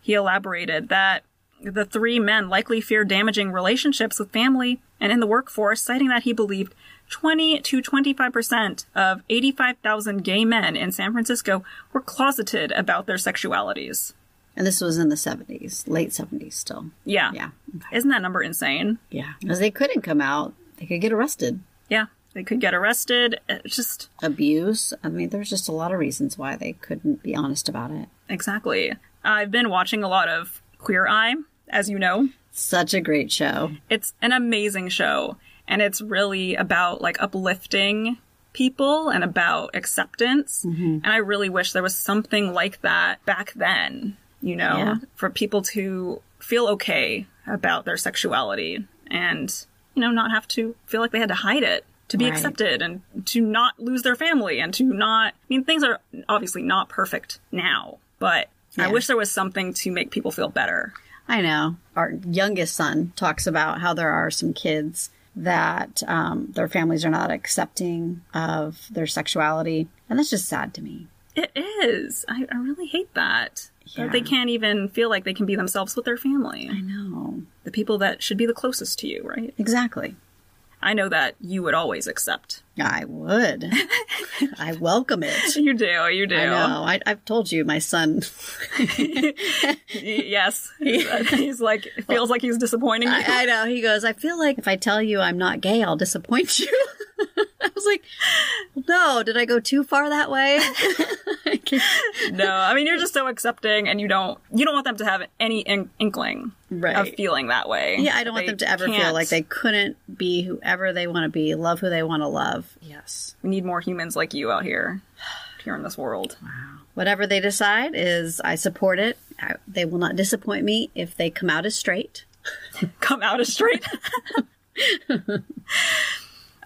[SPEAKER 2] He elaborated that the three men likely feared damaging relationships with family and in the workforce, citing that he believed 20 to 25% of 85,000 gay men in San Francisco were closeted about their sexualities.
[SPEAKER 1] And this was in the 70s, late 70s still.
[SPEAKER 2] Yeah.
[SPEAKER 1] Yeah.
[SPEAKER 2] Isn't that number insane?
[SPEAKER 1] Yeah. Because they couldn't come out, they could get arrested.
[SPEAKER 2] Yeah. They could get arrested. It's just
[SPEAKER 1] Abuse. I mean, there's just a lot of reasons why they couldn't be honest about it.
[SPEAKER 2] Exactly. I've been watching a lot of Queer Eye, as you know.
[SPEAKER 1] Such a great show.
[SPEAKER 2] It's an amazing show, and it's really about like uplifting people and about acceptance.
[SPEAKER 1] Mm-hmm.
[SPEAKER 2] And I really wish there was something like that back then, you know,
[SPEAKER 1] Yeah.
[SPEAKER 2] for people to feel okay about their sexuality and, you know, not have to feel like they had to hide it to be
[SPEAKER 1] Right.
[SPEAKER 2] accepted and to not lose their family and to not I mean things are obviously not perfect now, but
[SPEAKER 1] Yeah.
[SPEAKER 2] I wish there was something to make people feel better.
[SPEAKER 1] I know. Our youngest son talks about how there are some kids that um, their families are not accepting of their sexuality. And that's just sad to me.
[SPEAKER 2] It is. I, I really hate that.
[SPEAKER 1] Yeah.
[SPEAKER 2] That they can't even feel like they can be themselves with their family.
[SPEAKER 1] No.
[SPEAKER 2] The people that should be the closest to you, right?
[SPEAKER 1] Exactly.
[SPEAKER 2] I know that you would always accept.
[SPEAKER 1] I would. I welcome it.
[SPEAKER 2] You do, you do.
[SPEAKER 1] I know. I, I've told you, my son.
[SPEAKER 2] Y- Yes. he's like, it feels like he's disappointing you.
[SPEAKER 1] I, I know. He goes, I feel like if I tell you I'm not gay, I'll disappoint you. I was like, no, did I go too far that way?
[SPEAKER 2] no, I mean, you're just so accepting and you don't, you don't want them to have any in- inkling of
[SPEAKER 1] Right.
[SPEAKER 2] feeling that way.
[SPEAKER 1] Yeah, I don't want
[SPEAKER 2] They
[SPEAKER 1] them to ever feel
[SPEAKER 2] can't.
[SPEAKER 1] like they couldn't be whoever they want to be, love who they want to love. Yes.
[SPEAKER 2] We need more humans like you out here, here in this world.
[SPEAKER 1] Whatever they decide is, I support it. I, they will not disappoint me if they come out as straight.
[SPEAKER 2] come out as straight.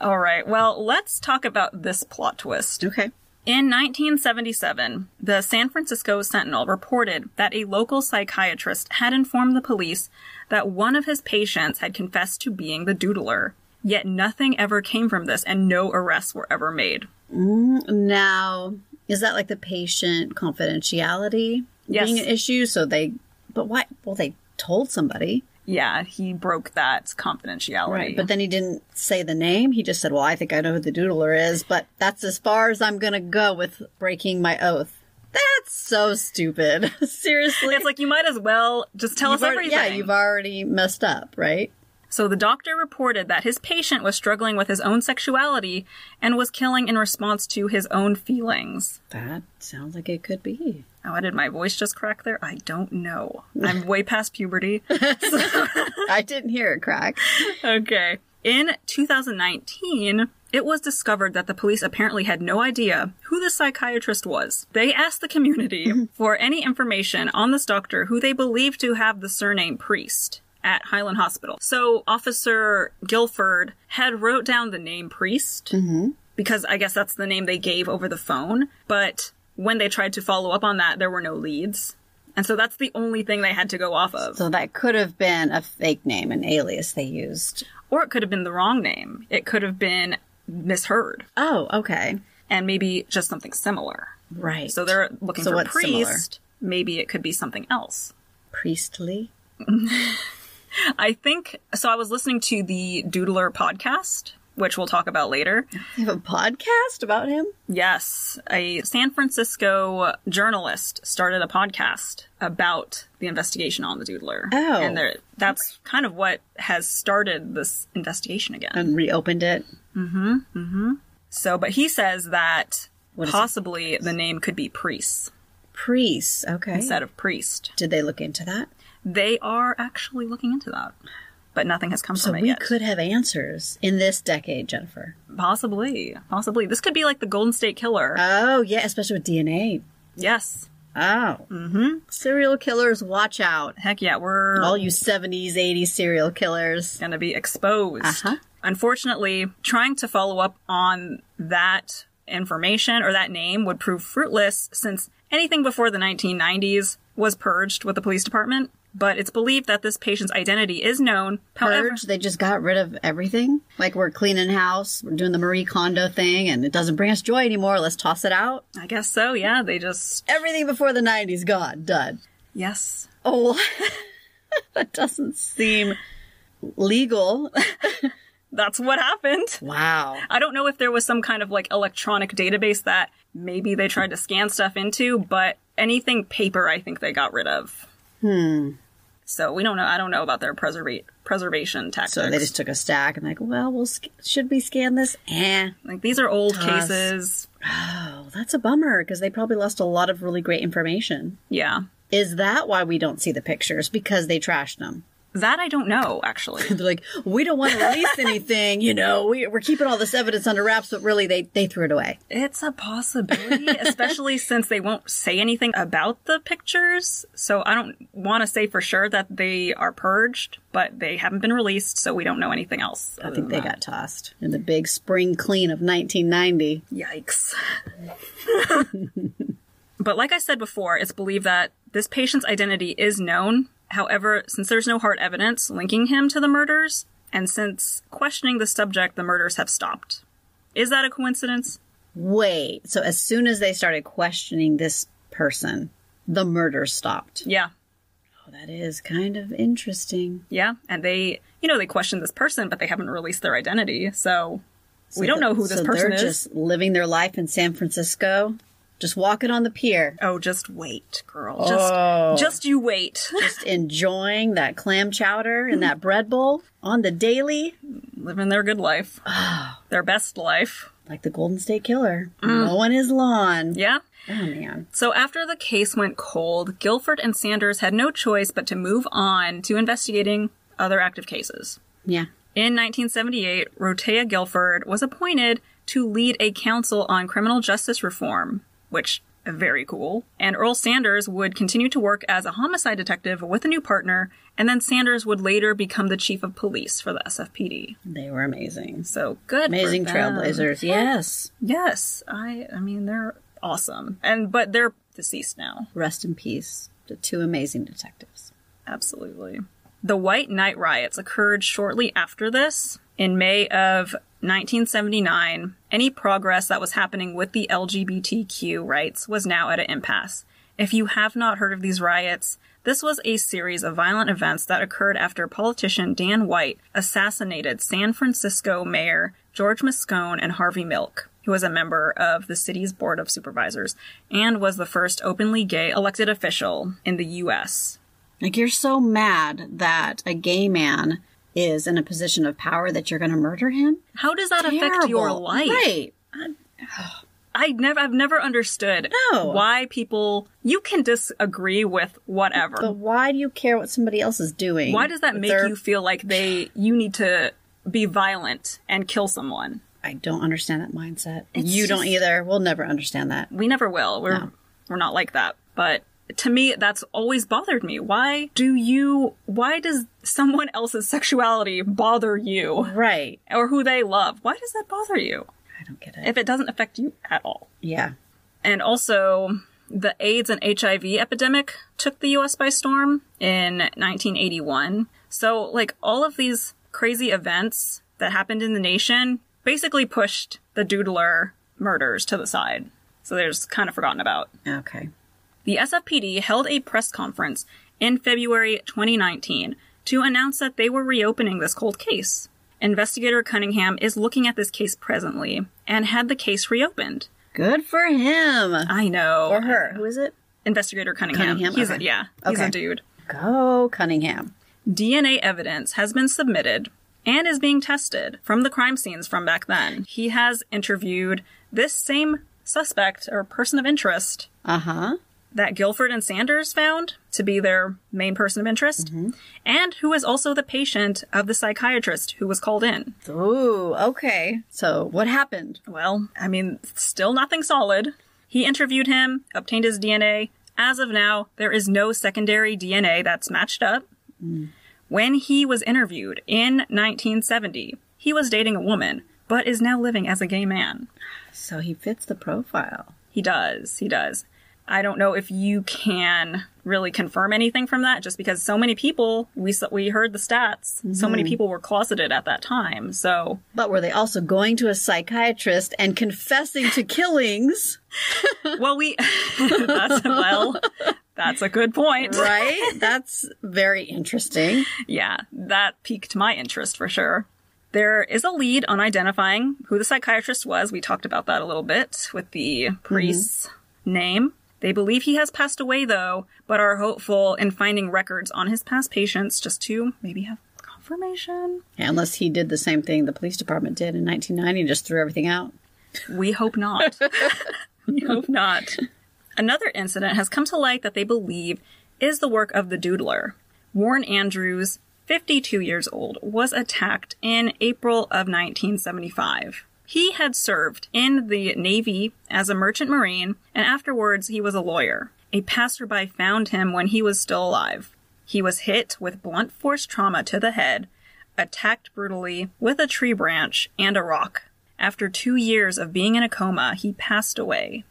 [SPEAKER 2] All right. Well, let's talk about this plot twist.
[SPEAKER 1] Okay.
[SPEAKER 2] In 1977, the San Francisco Sentinel reported that a local psychiatrist had informed the police that one of his patients had confessed to being the doodler. Yet nothing ever came from this, and no arrests were ever made.
[SPEAKER 1] Now, is that like the patient confidentiality
[SPEAKER 2] Yes.
[SPEAKER 1] being an issue? So they, but why? Well, they told somebody,
[SPEAKER 2] Yeah, he broke that confidentiality.
[SPEAKER 1] But then he didn't say the name. He just said, "Well, I think I know who the doodler is," but that's as far as I'm going to go with breaking my oath. That's so stupid. Seriously,
[SPEAKER 2] it's like you might as well just tell us
[SPEAKER 1] You've already-
[SPEAKER 2] everything.
[SPEAKER 1] yeah, you've already messed up, right?
[SPEAKER 2] So the doctor reported that his patient was struggling with his own sexuality and was killing in response to his own feelings.
[SPEAKER 1] That sounds like it could be.
[SPEAKER 2] How did my voice just crack there? I don't know. I'm way past puberty.
[SPEAKER 1] I didn't hear it crack.
[SPEAKER 2] Okay. In 2019, it was discovered that the police apparently had no idea who the psychiatrist was. They asked the community for any information on this doctor who they believed to have the surname Priest at Highland Hospital. So Officer Guilford had wrote down the name Priest because I guess that's the name they gave over the phone, but when they tried to follow up on that, there were no leads. And so that's the only thing they had to go off of.
[SPEAKER 1] So that could have been a fake name, an alias they used.
[SPEAKER 2] Or it could have been the wrong name. It could have been misheard
[SPEAKER 1] Oh, okay,
[SPEAKER 2] and maybe just something similar.
[SPEAKER 1] right.
[SPEAKER 2] So they're looking
[SPEAKER 1] So
[SPEAKER 2] for
[SPEAKER 1] what's similar?
[SPEAKER 2] priest. Maybe it could be something else.
[SPEAKER 1] priestly.
[SPEAKER 2] I think so. I was listening to the Doodler podcast, which we'll talk about later.
[SPEAKER 1] They have a podcast about him.
[SPEAKER 2] Yes, a San Francisco journalist started a podcast about the investigation on the Doodler.
[SPEAKER 1] Oh.
[SPEAKER 2] and there- that's kind of what has started this investigation again.
[SPEAKER 1] and reopened it.
[SPEAKER 2] so, but he says that
[SPEAKER 1] is it?
[SPEAKER 2] possibly the name could be priest
[SPEAKER 1] Priests, okay.
[SPEAKER 2] instead of priest.
[SPEAKER 1] Did they look into that?
[SPEAKER 2] They are actually looking into that, but nothing has come
[SPEAKER 1] So
[SPEAKER 2] from it
[SPEAKER 1] we
[SPEAKER 2] yet.
[SPEAKER 1] could have answers in this decade, Jennifer.
[SPEAKER 2] Possibly, possibly. This could be like the Golden State Killer.
[SPEAKER 1] Oh yeah, especially with DNA.
[SPEAKER 2] yes.
[SPEAKER 1] Oh, mm-hmm. serial killers, watch out!
[SPEAKER 2] Heck yeah, we're
[SPEAKER 1] All you '70s, '80s serial killers.
[SPEAKER 2] going to be exposed.
[SPEAKER 1] Uh-huh.
[SPEAKER 2] Unfortunately, trying to follow up on that information or that name would prove fruitless since anything before the 1990s was purged with the police department. But it's believed that this patient's identity is known. However,
[SPEAKER 1] Purge. They just got rid of everything. Like we're cleaning house, we're doing the Marie Kondo thing, and it doesn't bring us joy anymore. Let's toss it out.
[SPEAKER 2] I guess so. Yeah, they just
[SPEAKER 1] Everything before the '90s gone, done.
[SPEAKER 2] yes.
[SPEAKER 1] Oh, that doesn't seem legal.
[SPEAKER 2] That's what happened.
[SPEAKER 1] Wow.
[SPEAKER 2] I don't know if there was some kind of like electronic database that maybe they tried to scan stuff into, but anything paper, I think they got rid of. Hmm. So we don't know. I don't know about their preserva- preservation tactics.
[SPEAKER 1] So they just took a stack and like, well, we'll sc- should we scan this? Eh.
[SPEAKER 2] like these are old
[SPEAKER 1] Toss.
[SPEAKER 2] cases.
[SPEAKER 1] Oh, that's a bummer because they probably lost a lot of really great information.
[SPEAKER 2] Yeah,
[SPEAKER 1] Is that why we don't see the pictures? Because they trashed them.
[SPEAKER 2] that I don't know actually.
[SPEAKER 1] They're like, we don't want to release anything. You know, we, we're keeping all this evidence under wraps, but really, they they threw it away.
[SPEAKER 2] it's a possibility, especially since they won't say anything about the pictures. So I don't want to say for sure that they are purged, but they haven't been released, so we don't know anything else.
[SPEAKER 1] I think they got tossed in the big spring clean of 1990.
[SPEAKER 2] Yikes. but like I said before, it's believed that this patient's identity is known. However, since there's no hard evidence linking him to the murders, and since questioning the subject, the murders have stopped. Is that a coincidence?
[SPEAKER 1] Wait, so as soon as they started questioning this person, the murder stopped.
[SPEAKER 2] Yeah.
[SPEAKER 1] Oh, that is kind of interesting.
[SPEAKER 2] Yeah. And they, you know, they questioned this person, but they haven't released their identity. So,
[SPEAKER 1] So
[SPEAKER 2] we don't
[SPEAKER 1] the-
[SPEAKER 2] know who this
[SPEAKER 1] so
[SPEAKER 2] person
[SPEAKER 1] they're
[SPEAKER 2] is.
[SPEAKER 1] Just living their life in San Francisco, just walking on the pier,
[SPEAKER 2] Oh, just wait, girl. Just,
[SPEAKER 1] Oh.
[SPEAKER 2] just you wait.
[SPEAKER 1] just enjoying that clam chowder and that bread bowl on the daily,
[SPEAKER 2] Living their good life, their best life.
[SPEAKER 1] like the Golden State Killer, mowing his lawn.
[SPEAKER 2] Yeah.
[SPEAKER 1] Oh man,
[SPEAKER 2] So after the case went cold, Guilford and Sanders had no choice but to move on to investigating other active cases.
[SPEAKER 1] yeah.
[SPEAKER 2] In 1978, Rotea Guilford was appointed to lead a council on criminal justice reform, which very cool. And Earl Sanders would continue to work as a homicide detective with a new partner, and then Sanders would later become the chief of police for the SFPD.
[SPEAKER 1] They were amazing.
[SPEAKER 2] So good. for
[SPEAKER 1] Amazing
[SPEAKER 2] them.
[SPEAKER 1] trailblazers. Yes.
[SPEAKER 2] Yes. I I mean they're awesome. And but they're deceased now.
[SPEAKER 1] Rest in peace to two amazing detectives.
[SPEAKER 2] Absolutely. The White Night riots occurred shortly after this in May of 1979. Any progress that was happening with the LGBTQ rights was now at an impasse. If you have not heard of these riots, this was a series of violent events that occurred after politician Dan White assassinated San Francisco Mayor George Moscone and Harvey Milk, who was a member of the city's Board of Supervisors and was the first openly gay elected official in the U.S.
[SPEAKER 1] Like, you're so mad that a gay man is in a position of power that you're going to murder him?
[SPEAKER 2] How does that affect your
[SPEAKER 1] Terrible.
[SPEAKER 2] life?
[SPEAKER 1] Right.
[SPEAKER 2] I never I've never understood
[SPEAKER 1] No.
[SPEAKER 2] why people you can disagree with whatever.
[SPEAKER 1] But why do you care what somebody else is doing?
[SPEAKER 2] why does that
[SPEAKER 1] If
[SPEAKER 2] make
[SPEAKER 1] they're-
[SPEAKER 2] you feel like they you need to be violent and kill someone?
[SPEAKER 1] I don't understand that mindset.
[SPEAKER 2] It's
[SPEAKER 1] you don't
[SPEAKER 2] just-
[SPEAKER 1] either. We'll never understand that.
[SPEAKER 2] We never will. We're
[SPEAKER 1] No.
[SPEAKER 2] we're not like that. But to me that's always bothered me. Why do you why does someone else's sexuality bother you
[SPEAKER 1] Right.
[SPEAKER 2] or who they love? Why does that bother you
[SPEAKER 1] I don't get it.
[SPEAKER 2] if it doesn't affect you at all?
[SPEAKER 1] yeah.
[SPEAKER 2] And also, the AIDS and HIV epidemic took the US by storm in 1981. So, like, all of these crazy events that happened in the nation basically pushed the Doodler murders to the side. So, they're just kind of forgotten about.
[SPEAKER 1] Okay.
[SPEAKER 2] The SFPD held a press conference in February 2019 to announce that they were reopening this cold case. Investigator Cunningham is looking at this case presently and had the case reopened.
[SPEAKER 1] Good for him.
[SPEAKER 2] I know.
[SPEAKER 1] Or her. Who is it?
[SPEAKER 2] Investigator Cunningham.
[SPEAKER 1] Cunningham?
[SPEAKER 2] He's a,
[SPEAKER 1] Okay.
[SPEAKER 2] yeah, he's a
[SPEAKER 1] Okay.
[SPEAKER 2] dude.
[SPEAKER 1] Go Cunningham.
[SPEAKER 2] DNA evidence has been submitted and is being tested from the crime scenes from back then. He has interviewed this same suspect or person of interest
[SPEAKER 1] Uh huh.
[SPEAKER 2] that Guilford and Sanders found to be their main person of interest,
[SPEAKER 1] Mm-hmm.
[SPEAKER 2] and who is also the patient of the psychiatrist who was called in.
[SPEAKER 1] Ooh. Okay. So what happened?
[SPEAKER 2] Well, I mean, still nothing solid. He interviewed him, obtained his DNA. As of now, there is no secondary DNA that's matched up. When he was interviewed in 1970, he was dating a woman, but is now living as a gay man.
[SPEAKER 1] So he fits the profile.
[SPEAKER 2] He does, he does. I don't know if you can really confirm anything from that, just because so many people we s- we heard the stats. So many people were closeted at that time. So
[SPEAKER 1] But were they also going to a psychiatrist and confessing to killings?
[SPEAKER 2] well, we that's well, that's a good point.
[SPEAKER 1] Right? That's very interesting.
[SPEAKER 2] Yeah, that piqued my interest for sure. There is a lead on identifying who the psychiatrist was. We talked about that a little bit with the priest's name. They believe he has passed away, though, but are hopeful in finding records on his past patients just to maybe have confirmation.
[SPEAKER 1] Unless he did the same thing the police department did in 1990 and just threw everything out.
[SPEAKER 2] We hope not. we hope not. Another incident has come to light that they believe is the work of the doodler. Warren Andrews, 52 years old, was attacked in April of 1975. He had served in the Navy as a merchant marine, and afterwards he was a lawyer. A passerby found him when he was still alive. He was hit with blunt force trauma to the head, attacked brutally with a tree branch and a rock. After two years of being in a coma, he passed away.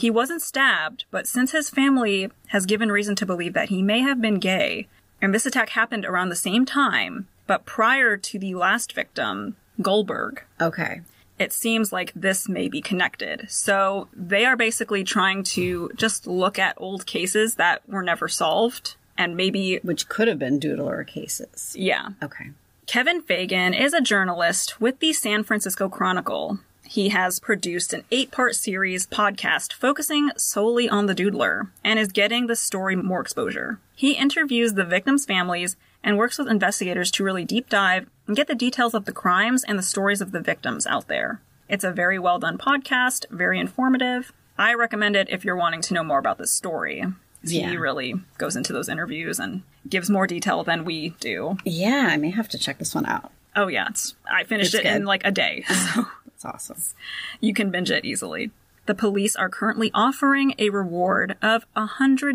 [SPEAKER 2] He wasn't stabbed, but since his family has given reason to believe that he may have been gay, and this attack happened around the same time, but prior to the last victim, Goldberg,
[SPEAKER 1] Okay.
[SPEAKER 2] it seems like this may be connected. So they are basically trying to just look at old cases that were never solved and maybe,
[SPEAKER 1] Which could have been doodler cases.
[SPEAKER 2] yeah.
[SPEAKER 1] Okay.
[SPEAKER 2] Kevin Fagan is a journalist with the San Francisco Chronicle. He has produced an eight part series podcast focusing solely on the doodler and is getting the story more exposure. He interviews the victims' families and works with investigators to really deep dive and get the details of the crimes and the stories of the victims out there. It's a very well done podcast, very informative. I recommend it if you're wanting to know more about this story.
[SPEAKER 1] Yeah.
[SPEAKER 2] He really goes into those interviews and gives more detail than we do.
[SPEAKER 1] Yeah, I may have to check this one out.
[SPEAKER 2] Oh yeah, it's, I finished
[SPEAKER 1] It's
[SPEAKER 2] it in
[SPEAKER 1] good.
[SPEAKER 2] like a day, so
[SPEAKER 1] That's awesome.
[SPEAKER 2] you can binge it easily. The police are currently offering a reward of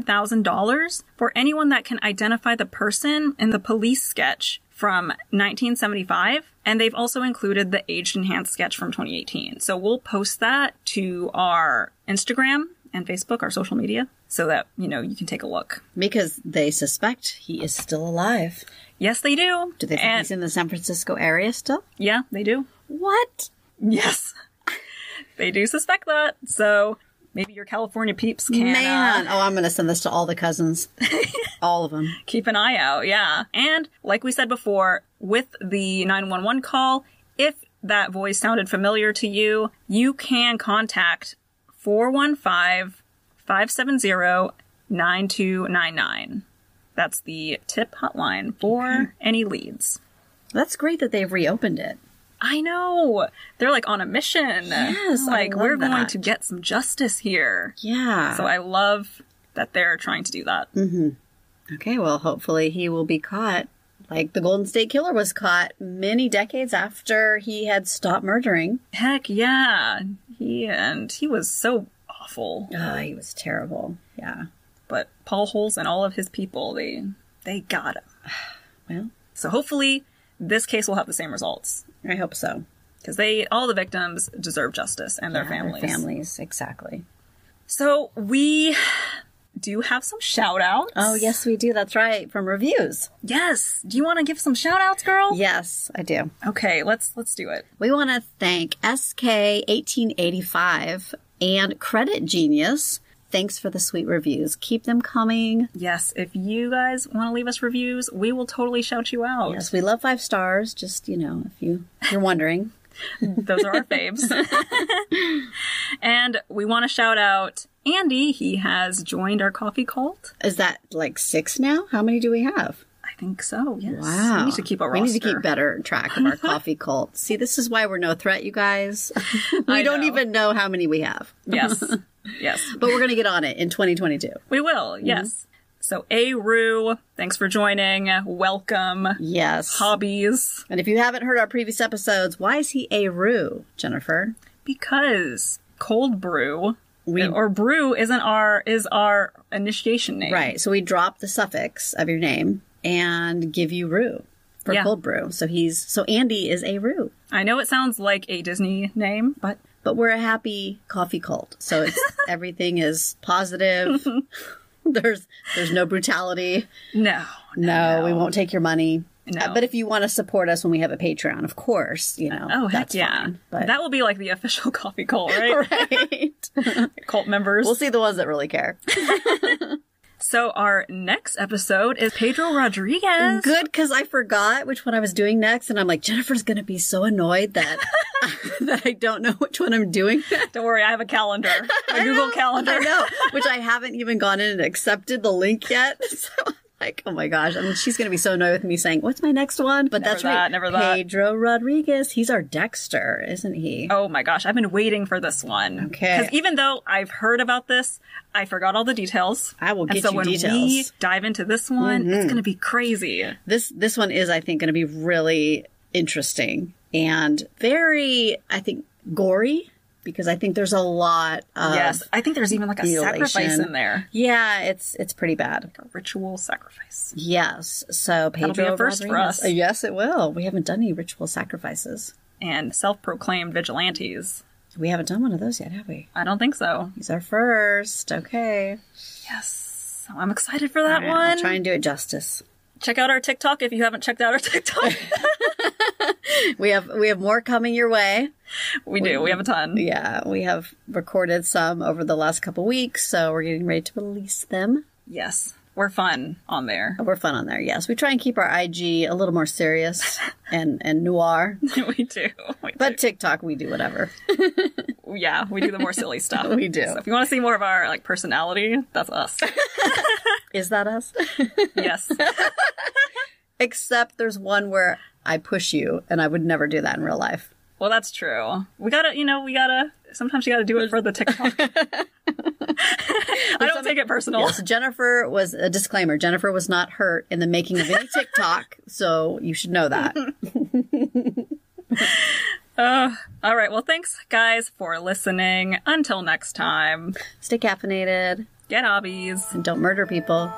[SPEAKER 2] $100,000 for anyone that can identify the person in the police sketch from 1975 and they've also included the aged enhanced sketch from 2018 so we'll post that to our instagram and facebook our social media so that you know you can take a look
[SPEAKER 1] because they suspect he is still alive.
[SPEAKER 2] yes they do
[SPEAKER 1] Do they think
[SPEAKER 2] and,
[SPEAKER 1] he's in the San Francisco area still?
[SPEAKER 2] yeah they do
[SPEAKER 1] What?
[SPEAKER 2] yes they do suspect that so maybe your california peeps can uh,
[SPEAKER 1] Man. Oh, I'm going to send this to all the cousins. all of them.
[SPEAKER 2] keep an eye out. Yeah. And like we said before, with the 911 call, if that voice sounded familiar to you, you can contact 415 570 9299. That's the tip hotline for any leads.
[SPEAKER 1] That's great that they've reopened it.
[SPEAKER 2] I know. They're like on a mission.
[SPEAKER 1] Yes, I
[SPEAKER 2] Like,
[SPEAKER 1] love
[SPEAKER 2] we're going
[SPEAKER 1] that.
[SPEAKER 2] to get some justice here.
[SPEAKER 1] Yeah.
[SPEAKER 2] So I love that they're trying to do that.
[SPEAKER 1] okay, well, hopefully he will be caught like the Golden State Killer was caught many decades after he had stopped murdering.
[SPEAKER 2] Heck yeah. He and he was so awful.
[SPEAKER 1] Oh, he was terrible. Yeah.
[SPEAKER 2] But Paul Holes and all of his people, they they got him.
[SPEAKER 1] Well,
[SPEAKER 2] So hopefully this case will have the same results.
[SPEAKER 1] I hope so.
[SPEAKER 2] Because they all the victims deserve justice and their
[SPEAKER 1] Yeah,
[SPEAKER 2] families.
[SPEAKER 1] families, exactly.
[SPEAKER 2] So we do have some shout outs.
[SPEAKER 1] Oh, yes, we do. That's right. From reviews.
[SPEAKER 2] Yes. Do you want to give some shout outs, girl?
[SPEAKER 1] Yes, I do.
[SPEAKER 2] Okay, let's let's do it.
[SPEAKER 1] We want to thank SK1885 and Credit Genius. Thanks for the sweet reviews. Keep them coming.
[SPEAKER 2] Yes, if you guys want to leave us reviews, we will totally shout you out.
[SPEAKER 1] Yes, we love five stars. Just, you know, if you if you're wondering.
[SPEAKER 2] Those are our faves. and we want to shout out Andy. He has joined our coffee cult.
[SPEAKER 1] Is that like 6 now? How many do we have?
[SPEAKER 2] I think so. Yes.
[SPEAKER 1] Wow.
[SPEAKER 2] We need to keep a
[SPEAKER 1] We
[SPEAKER 2] roster.
[SPEAKER 1] need to keep better track of our coffee cult. See, this is why we're no threat, you guys. we
[SPEAKER 2] I
[SPEAKER 1] don't
[SPEAKER 2] know.
[SPEAKER 1] even know how many we have.
[SPEAKER 2] yes. Yes.
[SPEAKER 1] But we're going to get on it in 2022.
[SPEAKER 2] We will.
[SPEAKER 1] Mm-hmm.
[SPEAKER 2] Yes. So A Rue, thanks for joining. Welcome.
[SPEAKER 1] Yes.
[SPEAKER 2] Hobbies.
[SPEAKER 1] And if you haven't heard our previous episodes, why is he a roo, Jennifer?
[SPEAKER 2] Because cold brew
[SPEAKER 1] We-
[SPEAKER 2] or brew isn't our is our initiation name.
[SPEAKER 1] Right. So we drop the suffix of your name and give you Rue for
[SPEAKER 2] Yeah.
[SPEAKER 1] cold brew. So he's so Andy is a Rue.
[SPEAKER 2] I know it sounds like a Disney name, but
[SPEAKER 1] But we're a happy coffee cult. So it's everything is positive. there's there's no brutality.
[SPEAKER 2] no.
[SPEAKER 1] No, we won't take your money.
[SPEAKER 2] No.
[SPEAKER 1] Uh, but if you want to support us when we have a Patreon, of course, you know.
[SPEAKER 2] Oh heck
[SPEAKER 1] that's
[SPEAKER 2] yeah.
[SPEAKER 1] fine. But
[SPEAKER 2] That will be like the official coffee cult, right?
[SPEAKER 1] right.
[SPEAKER 2] Cult members.
[SPEAKER 1] we'll see the ones that really care.
[SPEAKER 2] So our next episode is Pedro Rodriguez.
[SPEAKER 1] Good, because I forgot which one I was doing next, and I'm like, Jennifer's gonna be so annoyed that that I don't know which one I'm doing.
[SPEAKER 2] Don't worry, I have a calendar. A Google
[SPEAKER 1] I
[SPEAKER 2] calendar.
[SPEAKER 1] know, which I haven't even gone in and accepted the link yet. So I'm like, oh my gosh, I mean, she's gonna be so annoyed with me saying, "What's my next one?" But that's
[SPEAKER 2] that,
[SPEAKER 1] right,
[SPEAKER 2] never that.
[SPEAKER 1] Pedro Rodriguez. He's our Dexter, isn't he?
[SPEAKER 2] Oh my gosh, I've been waiting for this one.
[SPEAKER 1] Okay.
[SPEAKER 2] Because even though I've heard about this, I forgot all the details.
[SPEAKER 1] I will
[SPEAKER 2] and
[SPEAKER 1] get
[SPEAKER 2] so
[SPEAKER 1] you
[SPEAKER 2] when we
[SPEAKER 1] details. Mm-hmm. Uh,
[SPEAKER 2] dive into this one, it's going to be crazy.
[SPEAKER 1] This this one is, I think, gonna be really interesting and very, I think, gory because I think there's a lot of
[SPEAKER 2] yes, I think there's even like a
[SPEAKER 1] mutilation.
[SPEAKER 2] sacrifice in there,
[SPEAKER 1] Yeah, it's it's pretty bad.
[SPEAKER 2] a ritual sacrifice.
[SPEAKER 1] Yes. So Pedro
[SPEAKER 2] be a first for
[SPEAKER 1] Rodriguez-
[SPEAKER 2] us.
[SPEAKER 1] Uh, Yes, it will. We haven't done any ritual sacrifices.
[SPEAKER 2] And self-proclaimed vigilantes.
[SPEAKER 1] We haven't done one of those yet, have we?
[SPEAKER 2] I don't think so.
[SPEAKER 1] He's our first. Okay.
[SPEAKER 2] Yes. So I'm excited for that
[SPEAKER 1] All right,
[SPEAKER 2] one.
[SPEAKER 1] I'll try and do it justice.
[SPEAKER 2] Check out our TikTok if you haven't checked out our TikTok.
[SPEAKER 1] We have we have more coming your way.
[SPEAKER 2] we do. We have a ton.
[SPEAKER 1] Yeah, we have recorded some over the last couple weeks, so we're getting ready to release them.
[SPEAKER 2] Yes. We're fun on there.
[SPEAKER 1] We're fun on there. Yes, we try and keep our IG a little more serious and and noir,
[SPEAKER 2] we do. We
[SPEAKER 1] but TikTok we do whatever.
[SPEAKER 2] do. yeah, we do the more silly stuff.
[SPEAKER 1] We do.
[SPEAKER 2] So if you want to see more of our like personality, that's us.
[SPEAKER 1] Is that us?
[SPEAKER 2] yes.
[SPEAKER 1] Except there's one where I push you, and I would never do that in real life.
[SPEAKER 2] Well, that's true. We gotta, you know, we gotta. Sometimes you gotta do it for the TikTok. I don't take it personal.
[SPEAKER 1] Yes, Jennifer was a disclaimer. Jennifer was not hurt in the making of any TikTok, so you should know that.
[SPEAKER 2] Uh, all right. Well, thanks, guys, for listening. Until next time,
[SPEAKER 1] Stay caffeinated
[SPEAKER 2] get obbies.
[SPEAKER 1] and don't murder people.